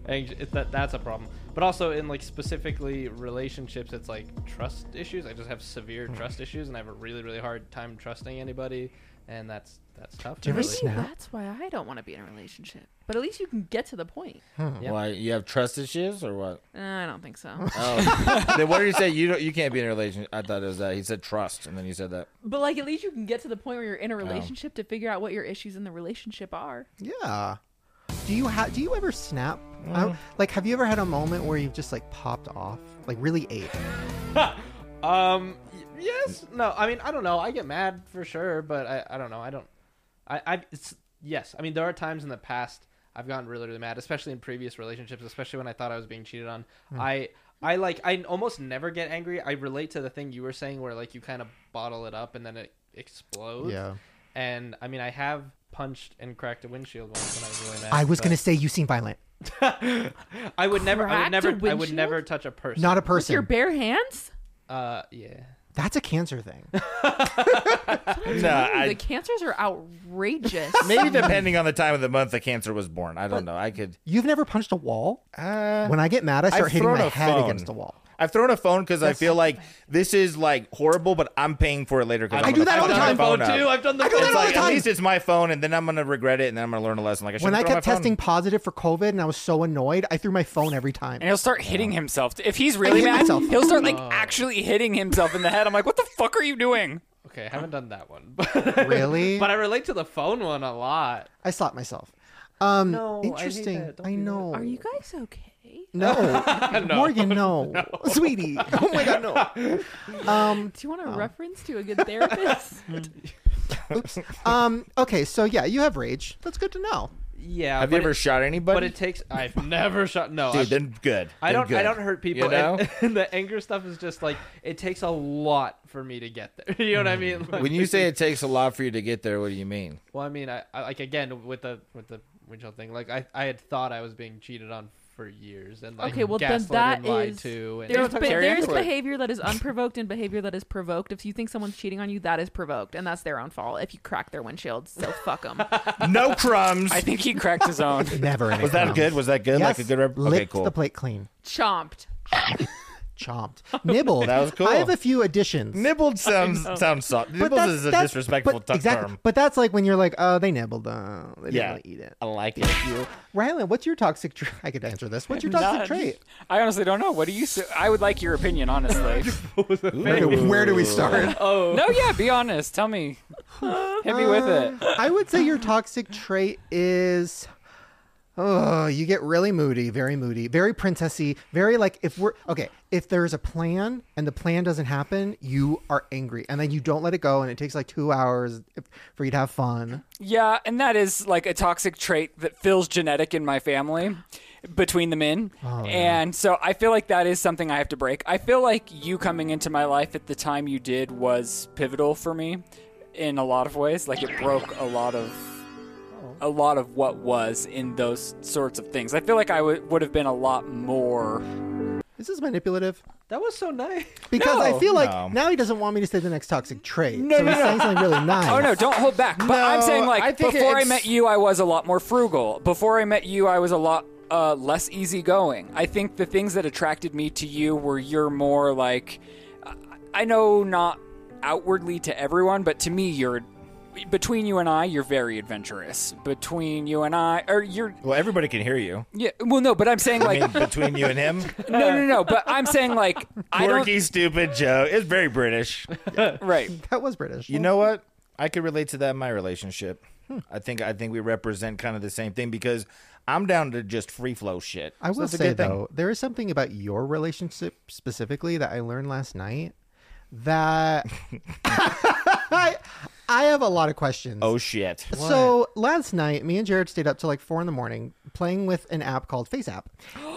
anxious It's that that's a problem but also in like specifically relationships it's like trust issues I just have severe trust issues and I have a really really hard time trusting anybody and that's that's tough Do you in ever relationships. snap? That's why I don't want to be in a relationship. But at least you can get to the point. Yeah. Why you have trust issues or what? Uh, I don't think so. Oh, then what did you say? You don't, you can't be in a relationship. I thought it was that he said trust, and then you said that. but like, at least you can get to the point where you're Oh. in a relationship to figure out what your issues in the relationship are. Yeah. Do you have? Do you ever snap? Mm. out? Like, have you ever had a moment where you've just like popped off, like really ate? Um. y- Yes. Mm-hmm. No. I mean, I don't know. I get mad for sure, but I, I don't know. I don't. I. I. It's, yes. I mean, there are times in the past I've gotten really, really mad, especially in previous relationships, especially when I thought I was being cheated on. Hmm. I. I like. I almost never get angry. I relate to the thing you were saying, where like you kind of bottle it up and then it explodes. Yeah. And I mean, I have punched and cracked a windshield once when I was really mad. I was but gonna say you seem violent, I would never. I would Cracked a never. I would windshield? never touch a person. not a With your person. bare hands? Uh. Yeah. That's a cancer thing. No, the I, cancers are outrageous. maybe depending on the time of the month the cancer was born. I don't know. I could. You've never punched a wall. Uh, When I get mad, I start I've hitting thrown my a head phone. against a wall. I've thrown a phone because I feel like this is like horrible, but I'm paying for it later. Because I do that all the time. Phone Phone up. too. I've done the I do that it's all like the at time. least it's my phone, and then I'm gonna regret it, and then I'm gonna learn a lesson. Like I should When I kept testing positive for COVID and I was so annoyed, I threw my phone every time. And he'll start hitting himself if he's really hit mad. myself. He'll start like Oh. actually hitting himself in the head. I'm like, what the fuck are you doing? Okay, I haven't done that one. but- Really? but I relate to the phone one a lot. I slapped myself. Um, No, I hate interesting. that. Don't I do that. know. are you guys okay? okay? No. Morgan, no. Sweetie. Oh my god, no. Um Do you want a reference to a good therapist? oops. Um okay, so yeah, you have rage. That's good to know. Yeah. Have but you ever it- shot anybody? But it takes. I've never shot. No. Dude, I've- then good. I Then don't. I good. don't hurt people. You know? and, and the anger stuff is just like it takes a lot for me to get there. You know what I mean? Like, Mm. when you say it takes a lot for you to get there, what do you mean? well, I mean, I, I like again with the with the windshield thing. Like I, I had thought I was being cheated on for years, and like Okay, well, then gaslit that and lied is- to. And There's, talk be- about Carrie there's Underwood. behavior that is unprovoked and behavior that is provoked. If you think someone's cheating on you, that is provoked, and that's their own fault. If you crack their windshield, so fuck them. No crumbs. I think he cracked his own. Never any Was that crumbs. good? Was that good? like a Yes, good rep? Okay, licked cool. the plate clean. Chomped. Chomped. Nibbled. That was cool. I have a few additions. Nibbled sounds sounds soft. Nibbled that's- is a that's- disrespectful but, t- exactly, term. But that's like when you're like, oh, they nibbled. Uh, they didn't Yeah. really eat it. I like it. Rylan, what's your toxic trait? I could answer this. What's your toxic trait? I honestly don't know. What do you? s I I would like your opinion, honestly. Where do, where do we start? no, yeah, be honest. Tell me. Hit me with it. Uh, I would say your toxic trait is. Oh, you get really moody, very moody, very princessy, very like if we're okay, if there's a plan and the plan doesn't happen, you are angry and then you don't let it go and it takes like 2 hours if, for you to have fun. Yeah, and that is like a toxic trait that feels genetic in my family between the men. and so I feel like that is something I have to break. I feel like you coming into my life at the time you did was pivotal for me in a lot of ways. Like it broke a lot of a lot of what was in those sorts of things. I feel like I would would have been a lot more This is manipulative that was so nice. because I No. feel like No. now he doesn't want me to say the next toxic trait. No, so he's saying something really nice. Oh no, don't hold back. But I'm No, saying like I think before I it's- met you I was a lot more frugal. Before I met you I was a lot uh, less easygoing. I think the things that attracted me to you were you're more like I- I know not outwardly to everyone, but to me you're between you and I you're very adventurous. Between you and I or you're Well, everybody can hear you. yeah, well no, but I'm saying like I mean, between you and him, no no no, but I'm saying like I don't quirky, stupid Joe. It's very British. right. That was British. You know what? I could relate to that in my relationship. Hmm. I think I think we represent kind of the same thing because I'm down to just free flow shit. I So will that's a say good thing. though, there is something about your relationship specifically that I learned last night that I I have a lot of questions. Oh shit! So last night, me and Jared stayed up till like four in the morning playing with an app called Face App,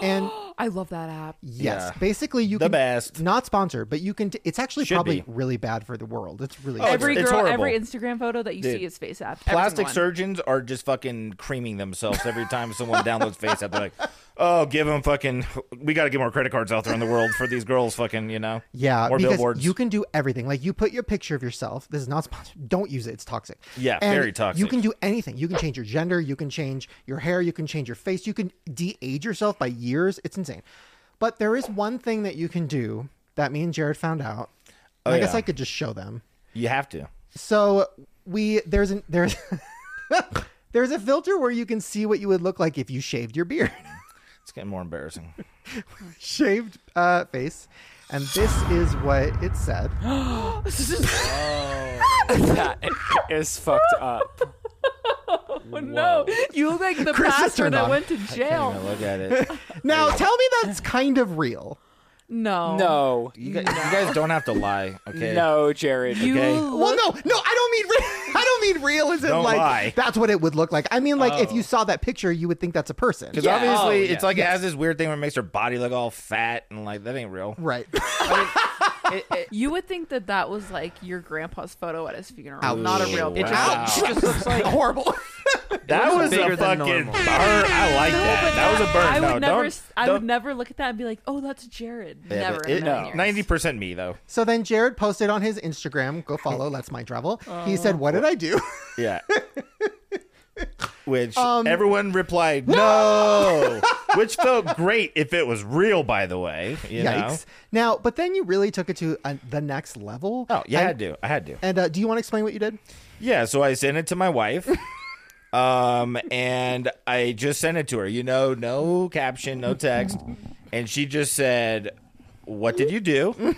and I love that app. yes, Yeah. basically you The can best. not sponsored, but you can. T- it's actually Should probably be. really bad for the world. It's really Oh, Every it's girl, horrible. every Instagram photo that you Dude. see is face app. Every Plastic one. surgeons are just fucking creaming themselves every time someone downloads FaceApp. They're like, "Oh, give them fucking. We got to get more credit cards out there in the world for these girls. Fucking, you know, Yeah, more because billboards. you can do everything. Like you put your picture of yourself. This is not sponsored. Don't use it. It's toxic. Yeah, And very toxic. You can do anything. You can change your gender. You can change your hair. You can change your face. You can de-age yourself by years. It's insane. But there is one thing that you can do that me and Jared found out. And I guess Oh, yeah. I could just show them. you have to. So we there's an there's there's a filter where you can see what you would look like if you shaved your beard, It's getting more embarrassing. shaved uh, face, and this is what it said. That is fucked up. Oh, no, you look like the Chris is pastor turned that on. went to I'm jail. gonna look at it. Now tell me that's kind of real. No, No. You guys, you guys don't have to lie. Okay. No, Jared. you Okay. Well, no, no, I don't mean re- I don't mean real as in Don't like lie. Oh. that's what it would look like. I mean like if you saw that picture, you would think that's a person, Because Yeah. obviously, Oh, it's like it has this weird thing where it makes her body look all fat and like that ain't real. right? It, it, You would think that that was like your grandpa's photo at his funeral, not a real It picture. just- Wow. it just looks like Horrible. That was bigger a than fucking burn. normal. I like that. That was a burn. I would no, never. don't- s- I don't- would never look at that and be like, "Oh, that's Jared." Yeah, never. but in it- a million years. Ninety percent me though. so then Jared posted on his Instagram, go Oh. follow, let's my travel. he said, "What did I do?" Yeah. Which Um, everyone replied no, which felt great if it was real. By the way, you know. Yikes. Now, but then you really took it to uh, the next level. Oh yeah, I and, had to. I had to. And uh, do you want to explain what you did? Yeah, so I sent it to my wife. um and I just sent it to her, you know, no caption, no text. And she just said, "What did you do?"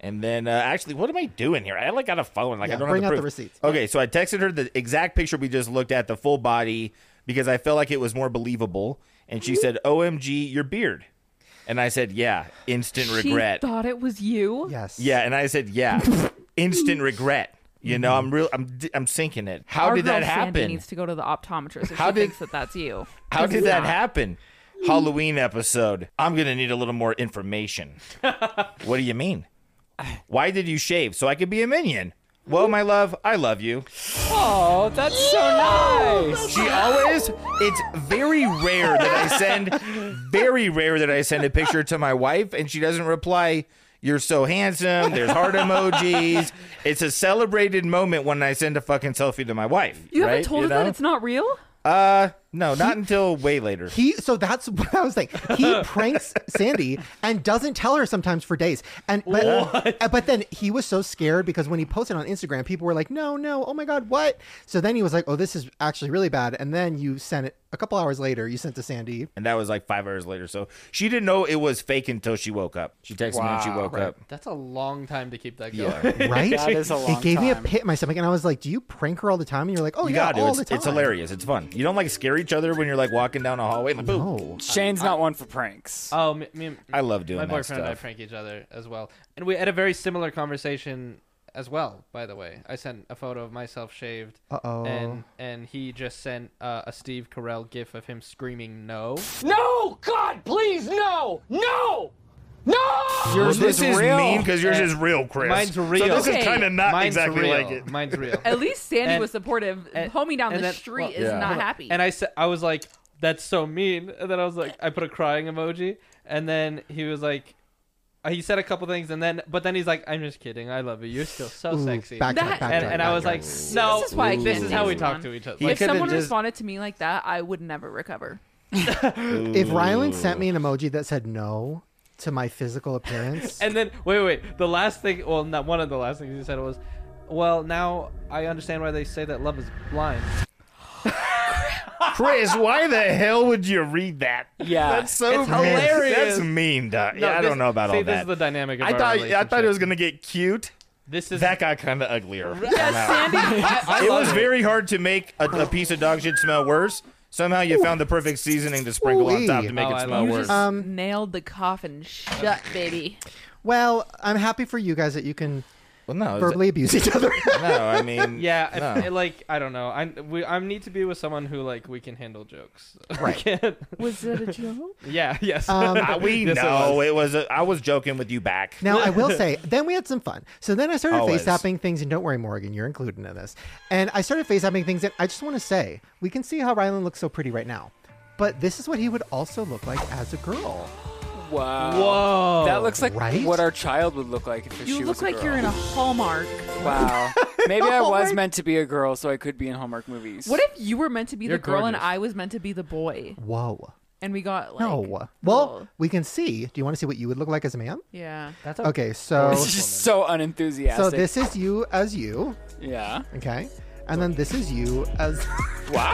And then uh, actually, what am I doing here? I like got a phone, like Yeah, I don't bring have out the, the proof. receipts. Okay, so I texted her the exact picture we just looked at, the full body because I felt like it was more believable. and she said, "OMG, your beard." And I said, "Yeah, instant regret." She thought it was you. Yes. yeah, and I said, "Yeah, instant regret." You know, I'm real. I'm I'm sinking it. How Our did girl that Sandy happen? needs to go to the optometrist if How she did- thinks that that's you. How This did is that not. happen? Halloween episode. I'm going to need a little more information. what do you mean? Why did you shave? So I could be a minion. Well, my love, I love you. Oh, that's so nice. She always, it's very rare that I send, very rare that I send a picture to my wife and she doesn't reply, You're so handsome. There's heart emojis. It's a celebrated moment when I send a fucking selfie to my wife. You right? haven't told us know? that it's not real. Uh, no, not until way later. He so that's what I was like. He pranks Sandy and doesn't tell her sometimes for days. And but, uh, but then he was so scared because when he posted on Instagram, people were like, "No, no, oh my god, what?" So then he was like, "Oh, this is actually really bad." And then you sent it a couple hours later. You sent to Sandy. And that was like five hours later. So she didn't know it was fake until she woke up. She texted me when she woke up. That's a long time to keep that going. Yeah. Right? That is a long it gave me a time. pit in my stomach, and I was like, "Do you prank her all the time?" And you're like, "Oh You yeah, gotta do all it. the It's, time." it's hilarious. It's fun. You don't like scare each other when you're like walking down a hallway. Like, boom. Oh, Shane's not one for pranks. Oh, me, me and- I love doing my that boyfriend and I stuff. prank each other as well, and we had a very similar conversation as well. By the way, I sent a photo of myself shaved, Uh-oh. and and he just sent uh, a Steve Carell gif of him screaming no. No! God, please, no! No! No! Yours this was is real. mean because yours Yeah. is real, Chris. Mine's So real. this Okay. is kind of not Mine's exactly real. like it. Mine's real. At least Sandy And- was supportive. and- Homie down the and then- street well, is yeah. not happy. And I said, I was like, "That's so mean." And then I was like, I put a crying emoji, and then he was like, he said a couple things, and then but then he's like, "I'm just kidding. I love you. You're still so Ooh, sexy." backtrack, That- backtrack, and and I was backtrack. like, "No, This is why I this can't is how we do talk this to each other." He if could've someone just- responded to me like that, I would never recover. if Rylan sent me an emoji that said no to my physical appearance, And then wait, wait, wait. The last thing, well, not one of the last things he said was, "Well, now I understand why they say that love is blind." Chris, why the hell would you read that? Yeah. that's so It's mean. hilarious. That's mean. Doc. No, yeah, I this- don't know about see, all This that. is the dynamic. Of I our thought I thought relationship. it was gonna get cute. This is That got kind of uglier. somehow. I, I it love was very hard to make a, a piece of dog shit smell worse. Somehow you found the perfect seasoning to sprinkle on Ooh-wee. top to make Oh, it I smell love You worse. just nailed the coffin shut, baby. well, I'm happy for you guys that you can well, no, is verbally abuse each other. it- no. I mean, Yeah, if- no. it, like I don't know. I we I need to be with someone who like we can handle jokes. Right. Was it a joke? yeah. Yes. Ah, we Yes, it know was. it was. a- I was joking with you back. Now I will say, then we had some fun. So then I started Always. face FaceApping things, and don't worry, Morgan, you're included in this. And I started FaceApping things, and I just want to say, we can see how Rylan looks so pretty right now, but this is what he would also look like as a girl. Wow. Whoa. That looks like Right? what our child would look like if she You was look a like girl. you're in a Hallmark. Wow. Maybe I was meant to be a girl, so I could be in Hallmark movies. What if you were meant to be You're the girl and gorgeous. I was meant to be the boy, Whoa. and we got like No. little- well, we can see. Do you want to see what you would look like as a man? yeah. That's a- Okay, so It's just so unenthusiastic. so this is you as you, Yeah. okay? And then this is you as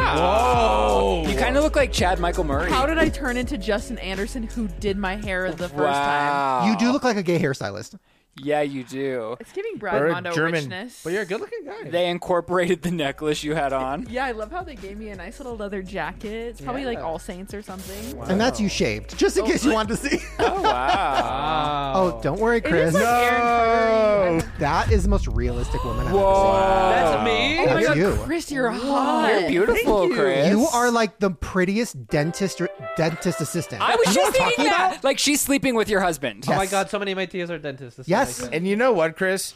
Wow. You kind of look like Chad Michael Murray. How did I turn into Justin Anderson, who did my hair the first time? wow. you do look like a gay hairstylist. Yeah, you do. It's giving Or Brad a Mondo German- richness. But you're a good-looking guy. They incorporated the necklace you had on. yeah, I love how they gave me a nice little leather jacket. It's probably like Yeah. All Saints or something. And that's you shaved, just in case you wanted to see. Oh wow. oh, don't worry, It is Chris. like Aaron Curry. That is the most realistic woman I've Whoa. That's me. Oh my That's God, you. Chris, you're hot. You're beautiful, ever Chris. seen. You are like the prettiest dentist dentist assistant. I was You know just what I'm thinking talking that. about? Like she's sleeping with your husband. Oh my Yes. God! So many of my tias are dentists. This is Yes. like- And you know what, Chris?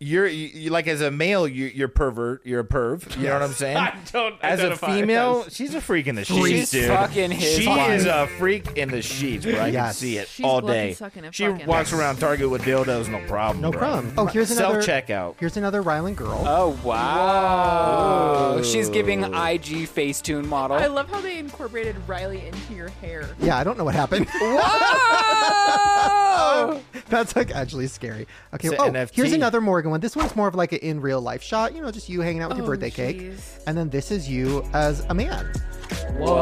You're you, you- like as a male, you, you're pervert. You're a perv. You know what I'm saying? I don't As a identify female, as- she's a freak in the Freak. sheets, She's dude. fucking his she wife. is a freak in the sheets, bro. I can Yes. see it She's all glucking, day. sucking, and She fucking. walks around Target with dildos, no problem. No bro. problem. Oh, here's another Self-checkout. Here's another Rylan girl. Oh wow. She's giving IG Facetune model. I love how they incorporated Riley into your hair. yeah, I don't know what happened. Whoa! That's like actually scary. Okay. It's a Oh, NFT. here's another Morgan one. This one's more of like an in real life shot. You know, just you hanging out with your Oh, birthday cake. jeez. And then this is you as a man.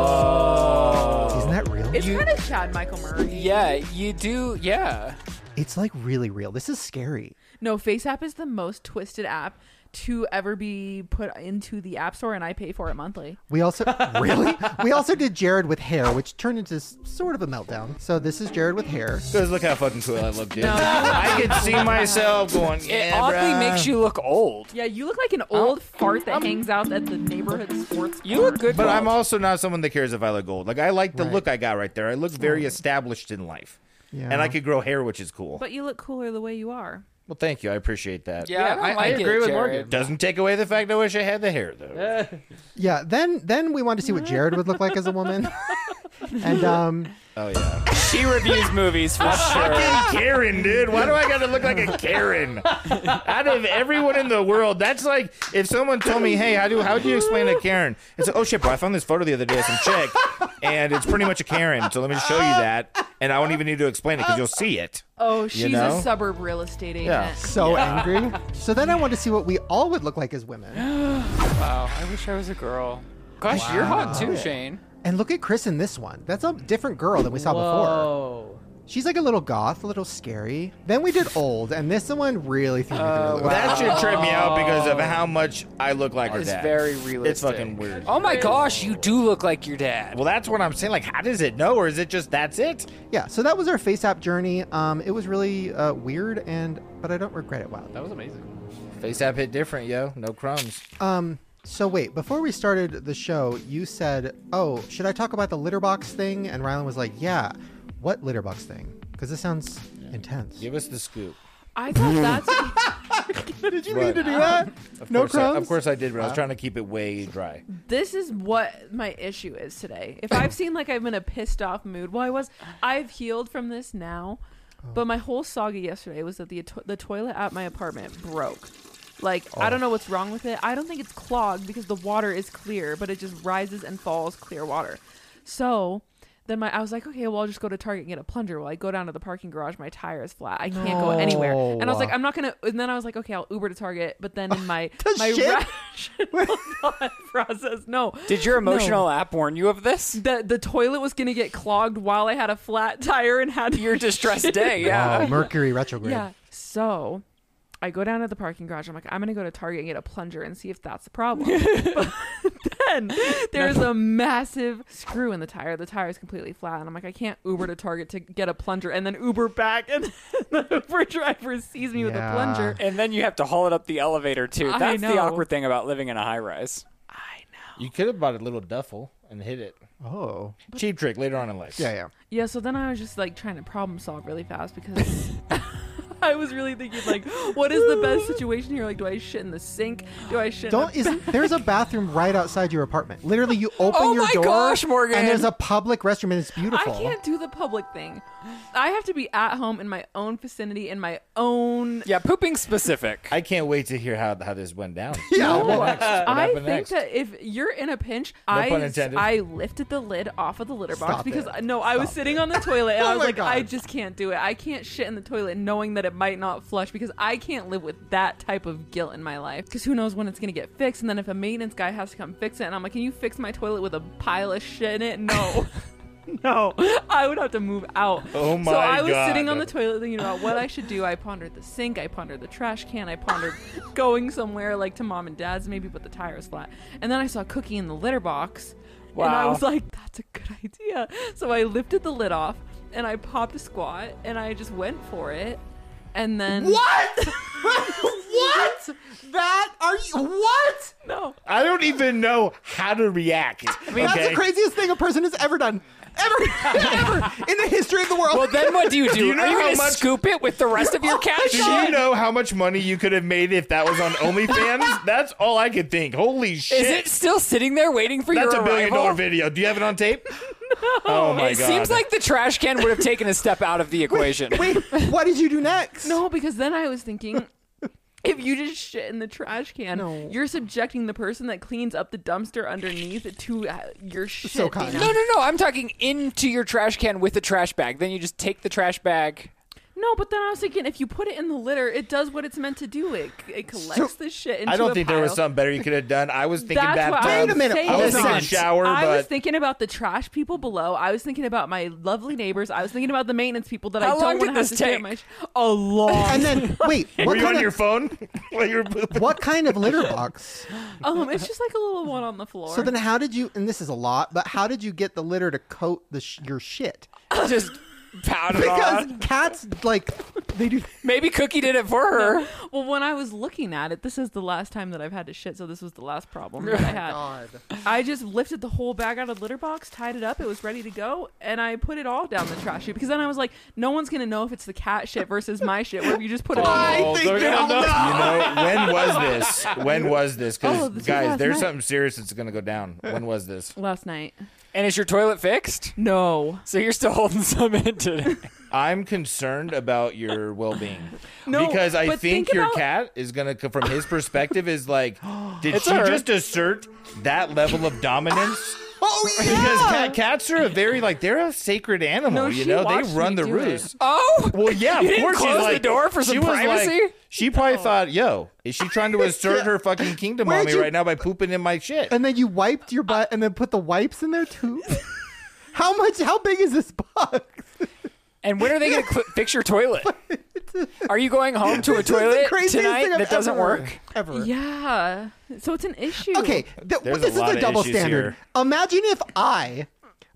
Whoa. Isn't that real? It's kind of Chad Michael Murray. Yeah, you do. Yeah. It's like really real. This is scary. No, FaceApp is the most twisted app to ever be put into the App Store, and I pay for it monthly. We also really we also did Jared with hair, which turned into s- sort of a meltdown. So this is Jared with hair. Because look how fucking cool I look, dude. I could see myself going, yeah, it oddly bruh." makes you look old. Yeah, you look like an old fart that hangs out at the neighborhood sports. You look good, But bro. I'm also not someone that cares if I look old. Like I like the look I got right there. I look very established in life, Yeah. and I could grow hair, which is cool. But you look cooler the way you are. well, thank you. I appreciate that. Yeah, I, don't I- I like agree it, with Jared. Morgan. Doesn't take away the fact I wish I had the hair though. Yeah. Then then we wanted to see what Jared would look like as a woman. and um Oh yeah. She reviews movies for sure. Fucking Karen, dude. Why do I gotta look like a Karen? Out of everyone in the world, that's like if someone told me, "Hey, how do how do you explain a Karen?" It's like, "Oh shit, bro! I found this photo the other day of some chick, and it's pretty much a Karen. So let me just show you that, and I won't even need to explain it because you'll see it." Oh, she's know? a suburb real estate agent. Yeah. so angry. So then I wanted to see what we all would look like as women. Wow, I wish I was a girl. Gosh, you're hot too, Shane. And look at Chris in this one. That's a different girl than we saw before. Whoa. She's like a little goth, a little scary. Then we did old, and this one really threw me through. the loop. That should trip me out because of how much I look like her It's dad. very realistic. It's fucking weird. Oh my gosh, you do look like your dad. Well, that's what I'm saying. Like, how does it know, or is it just that's it? Yeah, so that was our face app journey. Um, it was really uh, weird, and but I don't regret it. Wow. That was amazing. FaceApp hit different, yo. No crumbs. Um, so wait, before we started the show, you said, "Oh, should I talk about the litter box thing?" And Rylan was like, "Yeah, what litter box thing? Because this sounds intense." Give us the scoop. I thought that's Did you mean to do that? Of No course I- crumbs? of course I did, but I was trying to keep it way dry. this is what my issue is today. If I've seen like I'm in a pissed off mood, well, I was. I've healed from this now, Oh. but my whole saga yesterday was that the to- the toilet at my apartment broke. Like I Oh. don't know what's wrong with it. I don't think it's clogged because the water is clear, but it just rises and falls clear water. So then my I was like, okay, well I'll just go to Target and get a plunger. Well, I go down to the parking garage, my tire is flat. I can't go anywhere. And I was like, I'm not gonna. And then I was like, okay, I'll Uber to Target. But then in my The my shit? rational thought process, no, Did your emotional app warn you of this? the the toilet was gonna get clogged while I had a flat tire and had Your distressed day, yeah. Oh, Mercury retrograde. yeah. So I go down to the parking garage. I'm like, I'm gonna go to Target and get a plunger and see if that's the problem. But then there's a massive screw in the tire. The tire is completely flat, and I'm like, I can't Uber to Target to get a plunger and then Uber back, and the Uber driver sees me with a Yeah. plunger. And then you have to haul it up the elevator too. I That's the know. awkward thing about living in a high rise. I know. You could have bought a little duffel and hit it. Oh. Cheap trick later on in life. Yeah, yeah. Yeah. So then I was just like trying to problem solve really fast because. I was really thinking, like, what is the best situation here? Like, do I shit in the sink? Do I shit? Don't in the is there's a bathroom right outside your apartment. Literally, you open Oh your my door, gosh, Morgan. and there's a public restroom, and it's I beautiful. can't do the public thing. I have to be at home in my own vicinity in my own. Yeah, pooping specific. I can't wait to hear how, how this went down. Yeah, What well- happened next? What I happened think next? that if you're in a pinch, pun I intended. I lifted the lid off of the litter box Stop because it. no, I was sitting on the toilet and Oh I was my like, I God. just can't do it. I can't shit in the toilet knowing that it might not flush because I can't live with that type of guilt in my life. Because who knows when it's gonna get fixed? And then if a maintenance guy has to come fix it, and I'm like, can you fix my toilet with a pile of shit in it? No. No, I would have to move out. Oh my So I was God. sitting on the toilet thinking about what I should do. I pondered the sink, I pondered the trash can, I pondered going somewhere like to mom and dad's maybe, but the tire is flat. And then I saw Cookie in the litter box. And I Wow. was like, that's a good idea. So I lifted the lid off and I popped a squat and I just went for it. And then What? what? That are you? What? No. I don't even know how to react. That's okay? the craziest thing a person has ever done, ever, ever in the history of the world. well, then what do you do? you know Are you how gonna much- Oh, scoop it with the rest of your cash? Do you know how much money you could have made if that was on OnlyFans? That's all I could think. Holy shit. Is it still sitting there waiting for That's your a billion arrival? dollar video. Do you have it on tape? Oh my It god. seems like the trash can would have taken a step out of the equation. Wait, what did you do next? No, because then I was thinking if you just shit in the trash can, you're subjecting the person that cleans up the dumpster underneath to uh, your shit. you kind. know? No, no, no. I'm talking into your trash can with a trash bag. Then you just take the trash bag. No, but then I was thinking, if you put it in the litter, it does what it's meant to do. It it collects the shit into I don't a think pile. there was something better you could have done. I was thinking That's what bathtub. I was Wait a minute, saying. I was thinking Listen, shower, I was but thinking about the trash people below. I was thinking about my lovely neighbors. I was thinking about the maintenance people that How I long don't did want to this have to stay take? at my. A long. And then wait, were what you on kind your of phone while you were pooping? what kind of litter box? um, it's just like a little one on the floor. So then, how did you? And this is a lot, but how did you get the litter to coat the sh- your shit? Just pound it Because on. cats like they do. Maybe Cookie did it for her. well, when I was looking at it, this is the last time that I've had to shit, so this was the last problem that I had. Oh, I just lifted the whole bag out of the litter box, tied it up, it was ready to go, and I put it all down the trash chute because then I was like, no one's gonna know if it's the cat shit versus my shit. Where if you just put it. Oh, all- they're gonna know. You know, when was this? When was this? Because Oh, this was guys, last there's night. something serious that's gonna go down. When was this? Last night. And is your toilet fixed? No. So you're still holding some in today. I'm concerned about your well-being No, because I but think, think your about- cat is gonna, co- from his perspective, is like, did It's she her. just assert that level of dominance? Oh Because cat, cats are a very like they're a sacred animal, No, you she know. They watched run me the do it. roost. Oh, Well, yeah, You of didn't course. she's close the like- door for some she was like- privacy? she probably thought, "Yo, is she trying to assert her fucking kingdom Where'd on me you- right now by pooping in my shit?" And then you wiped your butt, and then put the wipes in there too. how much? How big is this box? And when are they going to cl- fix your toilet? Are you going home to a This is the toilet craziest tonight thing I've that doesn't ever heard, work? ever. Yeah. So it's an issue. Okay, th- There's this a lot is a of double issues standard. Imagine if I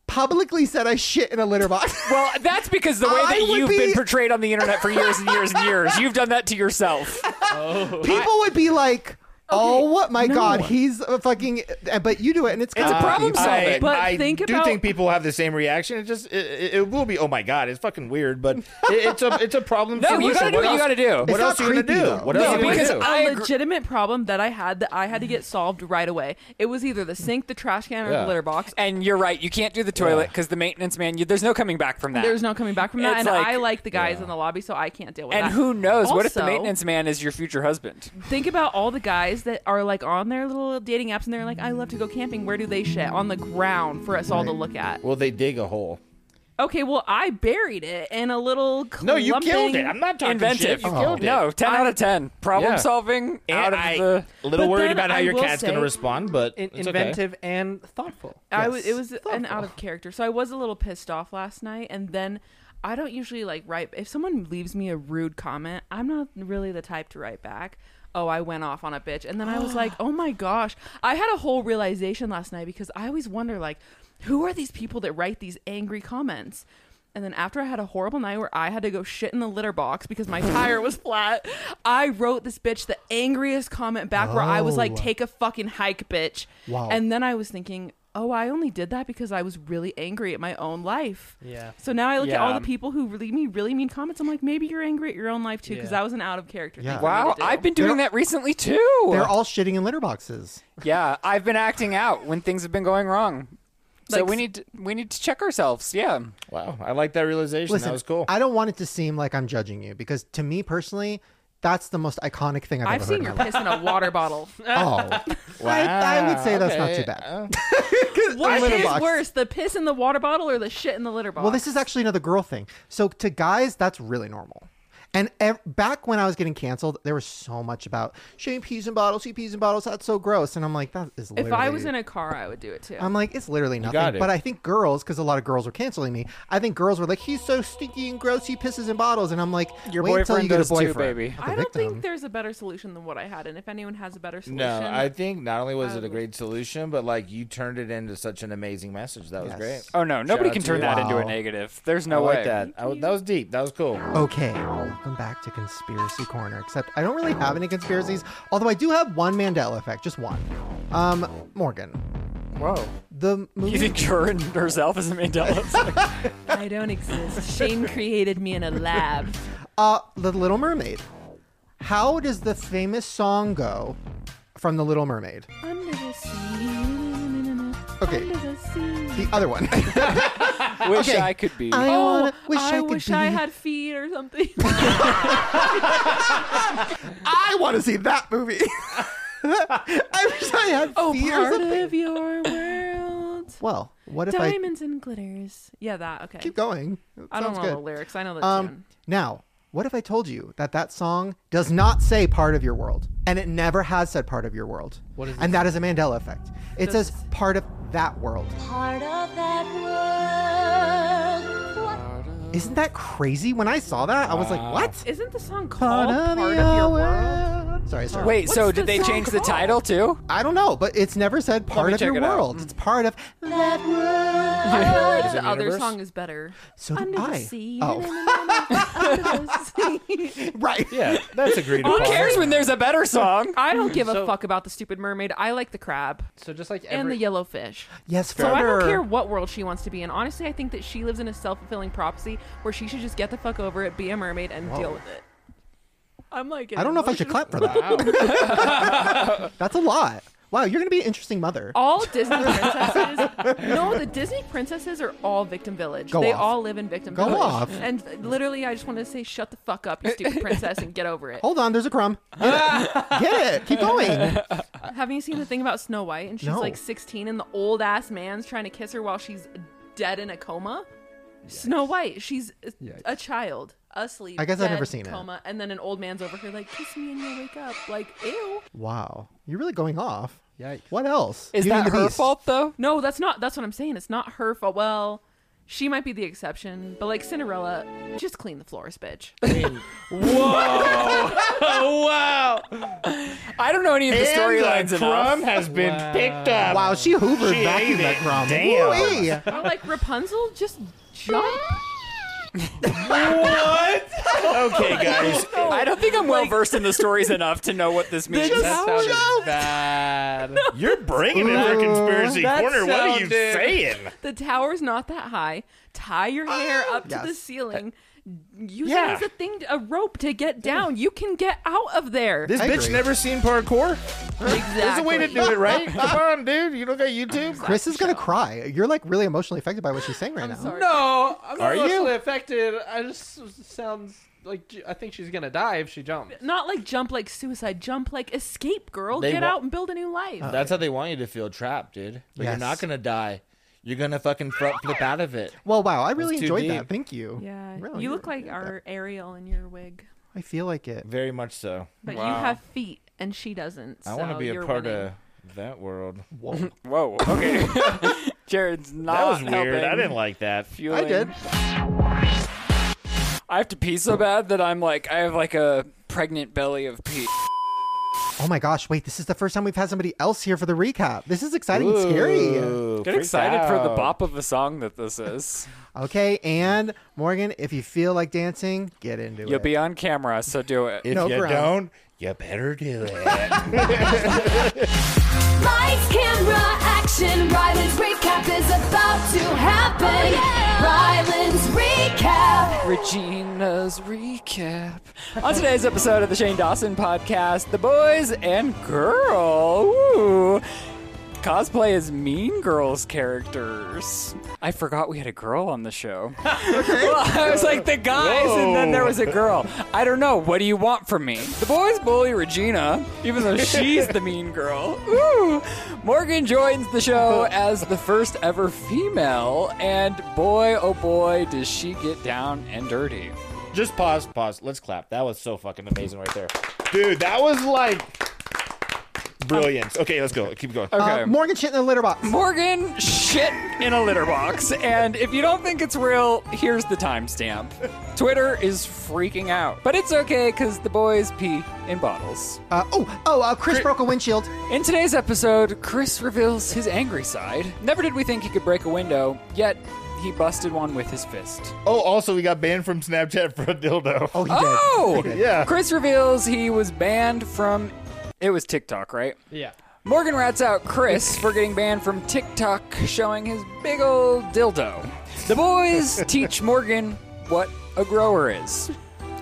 publicly said I shit in a litter box. Well, that's because the way I that would you've be- been portrayed on the internet for years and years and years, you've done that to yourself. People would be like, "Oh what my god, he's a fucking." uh, But you do it, and it's It's a kinda problem creepy. solving. I, But I think do about- think people have the same reaction. It just it, it- it will be. Oh my god, it's fucking weird, but it, it's a it's a problem. No, solution. you gotta do what you else- gotta do. What It's else not are you gonna creepy, do? though. What else No, are you because gonna do? I a agree- legitimate problem that I had that I had to get solved right away. It was either the sink, the trash can, or Yeah. the litter box. And you're right, you can't do the toilet because the maintenance man, you, there's no coming back from that. There's no coming back from that. and It's like- I like the guys in the lobby, so I can't deal with and that. who knows? what if the Also, maintenance man is your future husband? Think about all the guys that are like on their little dating apps, and they're like, "I love to go camping." Where do they shit? On the ground for us all to look at. well, they dig a hole. Okay, well, I buried it in a little. Clumping. No, you killed it. I'm not talking Inventive. shit. You killed it. No, 10 out of 10. Problem Yeah. solving And out of I, the. a little But worried then about how I your will cat's gonna say- respond, but In- it's inventive and thoughtful. I was. It was an Thoughtful. out of character, so I was a little pissed off last night, and then. I don't usually like write. If someone leaves me a rude comment, I'm not really the type to write back. Oh, I went off on a bitch. And then I was like, oh my gosh. I had a whole realization last night because I always wonder, like, who are these people that write these angry comments? And then after I had a horrible night where I had to go shit in the litter box because my tire was flat, I wrote this bitch the angriest comment back where I was like, take a fucking hike, bitch. Wow. And then I was thinking, oh, I only did that because I was really angry at my own life. Yeah. So now I look at Yeah. all the people who leave me really mean comments. I'm like, maybe you're angry at your own life too, because Yeah. that was an out of character. Yeah. Thing for me Wow, to do. I've been doing They're- that recently too. They're all shitting in litter boxes. yeah, I've been acting out when things have been going wrong. So Like- we need to, we need to check ourselves. Yeah. okay. Wow, I like that realization. Listen, that was cool. I don't want it to seem like I'm judging you because to me personally, that's the most iconic thing I've, I've ever seen heard. your in my life. piss in a water bottle. Oh, I, I would say that's not too bad. What litter is box. worse, the piss in the water bottle or the shit in the litter box? Well, this is actually another girl thing. So to guys, that's really normal. And ev- back when I was getting canceled, there was so much about Shane peas in bottles, he peas in bottles. That's so gross. And I'm like, that is. If Literally, I was in a car, I would do it too. I'm like, it's literally got nothing. it. But I think girls, because a lot of girls were canceling me, I think girls were like, he's so stinky and gross, he pisses in bottles. And I'm like, Your wait until boyfriend you get does a too, boyfriend. baby. Not the I don't victim. think there's a better solution than what I had, and if anyone has a better solution, No, I think not only was it a great solution, but like you turned it into such an amazing message. That was Yes. great. Oh no, nobody out can to turn you. that into a Wow. negative. There's I no way. like that. I, that was deep. That was cool. Okay, welcome back to Conspiracy Corner. Except I don't really have any conspiracies, although I do have one Mandela effect, just one. Um, Morgan, Whoa. the You movie. think her and herself is a Mandela? I don't exist. Shane created me in a lab. Uh, The Little Mermaid. How does the famous song go from The Little Mermaid? Under the sea. Okay. Under the sea. The other one. Wish Okay. I could be. I Oh, wanna- wish I, could wish be. I had feet or something. I want to see that movie. I wish I had Oh, feet or part something. of your world. Well, what if I Diamonds and glitters. Yeah, that. Okay. keep going? It I don't sounds know good. the lyrics. I know the Um, tune. now What if I told you that that song does not say part of your world and it never has said part of your world? What is it? and that is a Mandela effect. It says part of that world. Part of that world. What? Isn't that crazy? When I saw that, I was like, what? Isn't the song called Part of Your World? world. Sorry, sorry. Wait, so What's did the they song change the called? title too? I don't know, but it's never said part me of your check it out. world. It's part of That world. I feel like Is it the other Universe? song is better. So did Under I. the sea. Oh. Under the sea. right. Yeah, that's agreed upon. Who cares when there's a better song? I don't give a So- fuck about the stupid mermaid. I like the crab So just like every and the yellow fish. Yes, So I Ferber. don't care what world she wants to be in. Honestly, I think that she lives in a self-fulfilling prophecy where she should just get the fuck over it, be a mermaid, and deal with it. I'm like, I don't know if I should emotional- clap for that. That's a lot. Wow, you're going to be an interesting mother. all Disney princesses. no, the Disney princesses are all victim village. Go they off. all live in victim Go village. off. And literally, I just want to say, shut the fuck up, you stupid princess, and get over it. Hold on, there's a crumb. Get it. Get it. Keep going. Haven't you seen the thing about Snow White? And she's No. like 16, and the old ass man's trying to kiss her while she's dead in a coma. Snow White, she's a- a child asleep. I guess I've never dead, seen it. coma, and then an old man's over her like, kiss me and you'll wake up. Like, ew. Wow, you're really going off. Yikes. What else? Is Beauty that and the her Beast. fault though? No, that's not. That's what I'm saying. It's not her fault. Well, she might be the exception, but like Cinderella, just clean the floors, bitch. wow. I don't know any of the storylines enough. crumb has been picked up. Wow, she hoovered She back in ate that it. crumb. Damn. Woo-wee. or like Rapunzel, just jump. Okay, guys. I don't think I'm well versed in the stories enough to know what this means. that sounded bad. You're bringing it for Conspiracy that Corner. What are you sounded- saying? The tower's not that high. Tie your hair up to the Yes. ceiling. Use Yeah. it as a thing, a rope to get down. You can get out of there. This I bitch agree. never seen parkour. exactly. There's a way to do it, right? Come on, dude. You don't got YouTube. Chris is gonna cry. You're like really emotionally affected by what she's saying right now. sorry. No, I'm not Are you? emotionally affected. I just s- sounds like j- I think she's gonna die if she jumps. Not like jump like suicide, jump like escape, girl. They get wa- Uh, out and build a new life. That's how they want you to feel trapped, dude. But Yes. you're not gonna die. You're gonna fucking fro- flip out of it. Well, wow, I really too enjoyed that. deep. Thank you. yeah, Really, you look you're- like our Ariel in your wig, I feel like it. Very much so. but you have feet and she doesn't. I want to so be a you're part winning. of that world. Whoa. Okay. Jared's not. That was weird. helping. I didn't like that. I Fueling. did. I have to pee so bad that I'm like I have like a pregnant belly of pee. Oh my gosh! Wait, this is the first time we've had somebody else here for the recap. This is exciting and scary. Ooh, Get freaked excited for the out. bop of a song that this is. Okay, and Morgan, if you feel like dancing, get into it. You'll be on camera, so do it. If No you ground. don't, you better do it. Lights, camera, action. Ryland's recap is about to happen. Ryland's recap. Regina's recap. On today's episode of the Shane Dawson podcast, the boys and girl. Ooh. Cosplay as Mean Girls characters. I forgot we had a girl on the show. well, I was like the guys, and then there was a girl. I don't know. What do you want from me? The boys bully Regina, even though she's the mean girl. Ooh. Morgan joins the show as the first ever female, and boy, oh boy, does she get down and dirty. Just pause, pause. Let's clap. That was so fucking amazing right there. Dude, that was like brilliance. Okay, let's go. Keep going. Uh, Morgan shit in the litter box. Morgan shit in a litter box. And if you don't think it's real, here's the timestamp. Twitter is freaking out. But it's okay because the boys pee in bottles. Uh, oh, oh, uh, Chris broke a windshield. In today's episode, Chris reveals his angry side. Never did we think he could break a window, yet he busted one with his fist. Oh, also, we got banned from Snapchat for a dildo. Oh, he Oh! did. yeah. Chris reveals he was banned from. It was TikTok, right? Yeah. Morgan rats out Chris for getting banned from TikTok showing his big old dildo. The boys teach Morgan what a grower is.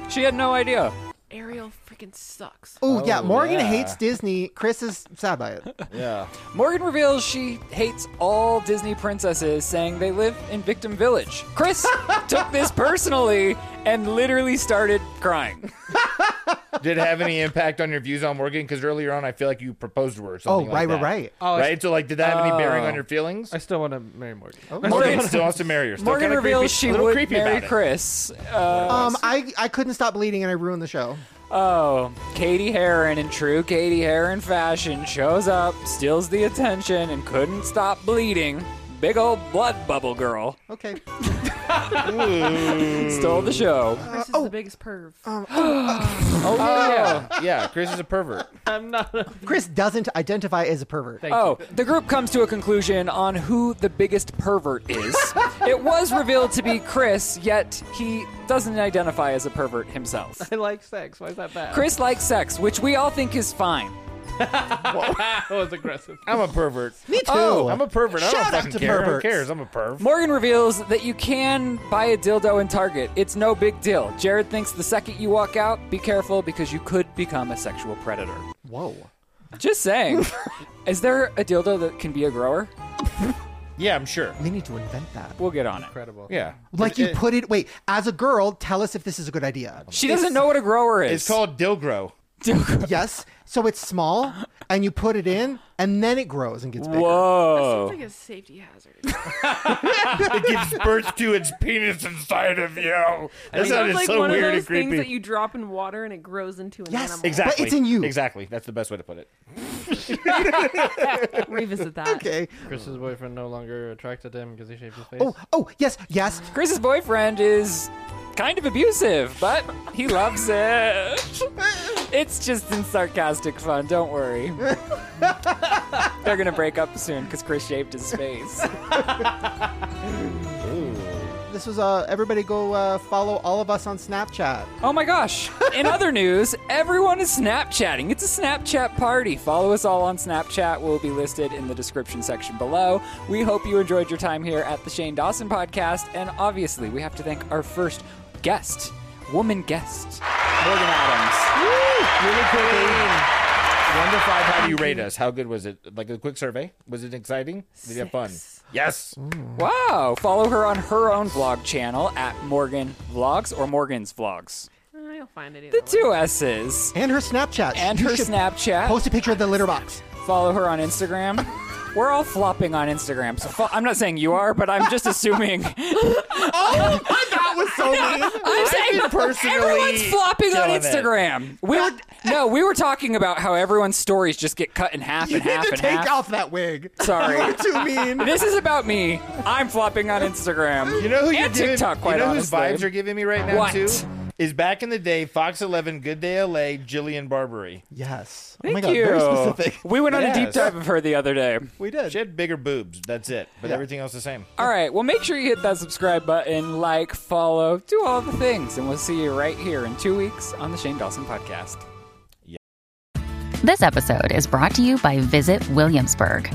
She had no idea. Ariel freaking sucks. Ooh, yeah. Oh, Morgan yeah. hates Disney. Chris is sad by it. Oh, Yeah. Morgan reveals she hates all Disney princesses, saying they live in Victim Village. Chris took this personally and literally started crying. did have any impact on your views on Morgan? Because earlier on, I feel like you proposed to her. Or something Oh, like right, right, that. right. Oh, I- right. So, like, did that have any bearing Oh. on your feelings? I still want to marry Morgan. Morgan still wants to marry her. Still Morgan kinda creepy- reveals she little would creepy marry about it. Chris. Uh, Um, I I couldn't stop bleeding and I ruined the show. oh, Katie Heron in true Katie Heron fashion shows up, steals the attention, and couldn't stop bleeding. Big old blood bubble girl Okay. stole Hmm. the show. Uh, Chris is the biggest perv. Oh yeah. Yeah, Chris is a pervert. I'm not. A, Chris doesn't identify as a pervert. thank Oh, the group comes to a conclusion on who the biggest pervert is. it was revealed to be Chris, yet he doesn't identify as a pervert himself. you. I like sex. Why is that bad? Chris likes sex, which we all think is fine. that was aggressive. I'm a pervert. Me too. Oh, I'm a pervert. I don't Shout out fucking to care. perverts. Who cares? I'm a perv. Morgan reveals that you can buy a dildo in Target. It's no big deal. Jared thinks the second you walk out, be careful because you could become a sexual predator. Whoa. Just saying. is there a dildo that can be a grower? yeah, I'm sure. We need to invent that. We'll get on it. Incredible. Yeah. Like you put it. Wait, as a girl, tell us if this is a good idea. She doesn't know what a grower is. It's called Dilgro. Yes. So it's small, and you put it in, and then it grows and gets bigger. Oh. Seems Whoa. like a safety hazard. It gives birth to its penis inside of you. I mean, That sounded it's like so one weird of those and creepy. things that you drop in water and it grows into an Yes, animal. Exactly. But it's in you. Exactly. That's the best way to put it. Revisit that. Okay. Chris's boyfriend no longer attracted him because he shaved his face. Oh, oh, yes, yes. Chris's boyfriend is kind of abusive, but he loves it. It's just in sarcastic fun, don't worry. They're gonna break up soon because Chris shaved his face. This was uh everybody go uh, follow all of us on Snapchat. Oh my gosh. In other news, everyone is Snapchatting. It's a Snapchat party. Follow us all on Snapchat. We'll be listed in the description section below. We hope you enjoyed your time here at the Shane Dawson podcast. And obviously, we have to thank our first guest, woman guest, Morgan Adams. Really quickly. One to five, how do you rate us? How good was it? Like a quick survey? Was it exciting? Did you have fun? Yes. Wow. Follow her on her own vlog channel at Morgan Vlogs or Morgan's Vlogs. Uh, you'll find it. The either way. two S's. And her Snapchat. And You her should Snapchat. Post a picture of the litter box. follow her on Instagram. We're all flopping on Instagram, so fo- I'm not saying you are, but I'm just assuming. That was so mean. I'm been personally everyone's flopping on killing it. Instagram. We were no, we were talking about how everyone's stories just get cut in half You and half need to and take half. off that wig. Sorry. You were too mean. This is about me. I'm flopping on Instagram. You know who you're and giving, TikTok, quite You know honestly. whose vibes are giving me right now What? too? Is back in the day, Fox Eleven, Good Day LA, Jillian Barbary. Yes. oh Thank my god, you. very specific. We went on a deep Yes. dive of her the other day. We did. She had bigger boobs. That's it. But everything else the same. All right, well, make sure you hit that subscribe button, like, follow, do all the things, and we'll see you right here in two weeks on the Shane Dawson Podcast. This episode is brought to you by Visit Williamsburg.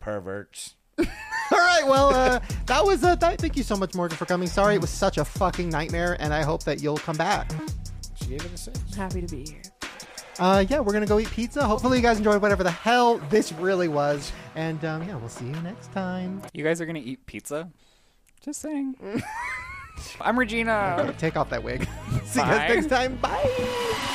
Perverts. All right, well, uh, that was uh, that. Thank you so much, Morgan, for coming. Sorry, it was such a fucking nightmare, and I hope that you'll come back. She gave it a six. I'm happy to be here. Uh, yeah, we're gonna go eat pizza. Hopefully, you guys enjoyed whatever the hell this really was. And um, yeah, we'll see you next time. You guys are gonna eat pizza? Just saying. I'm Regina. Take off that wig. see you guys Bye. next time. Bye.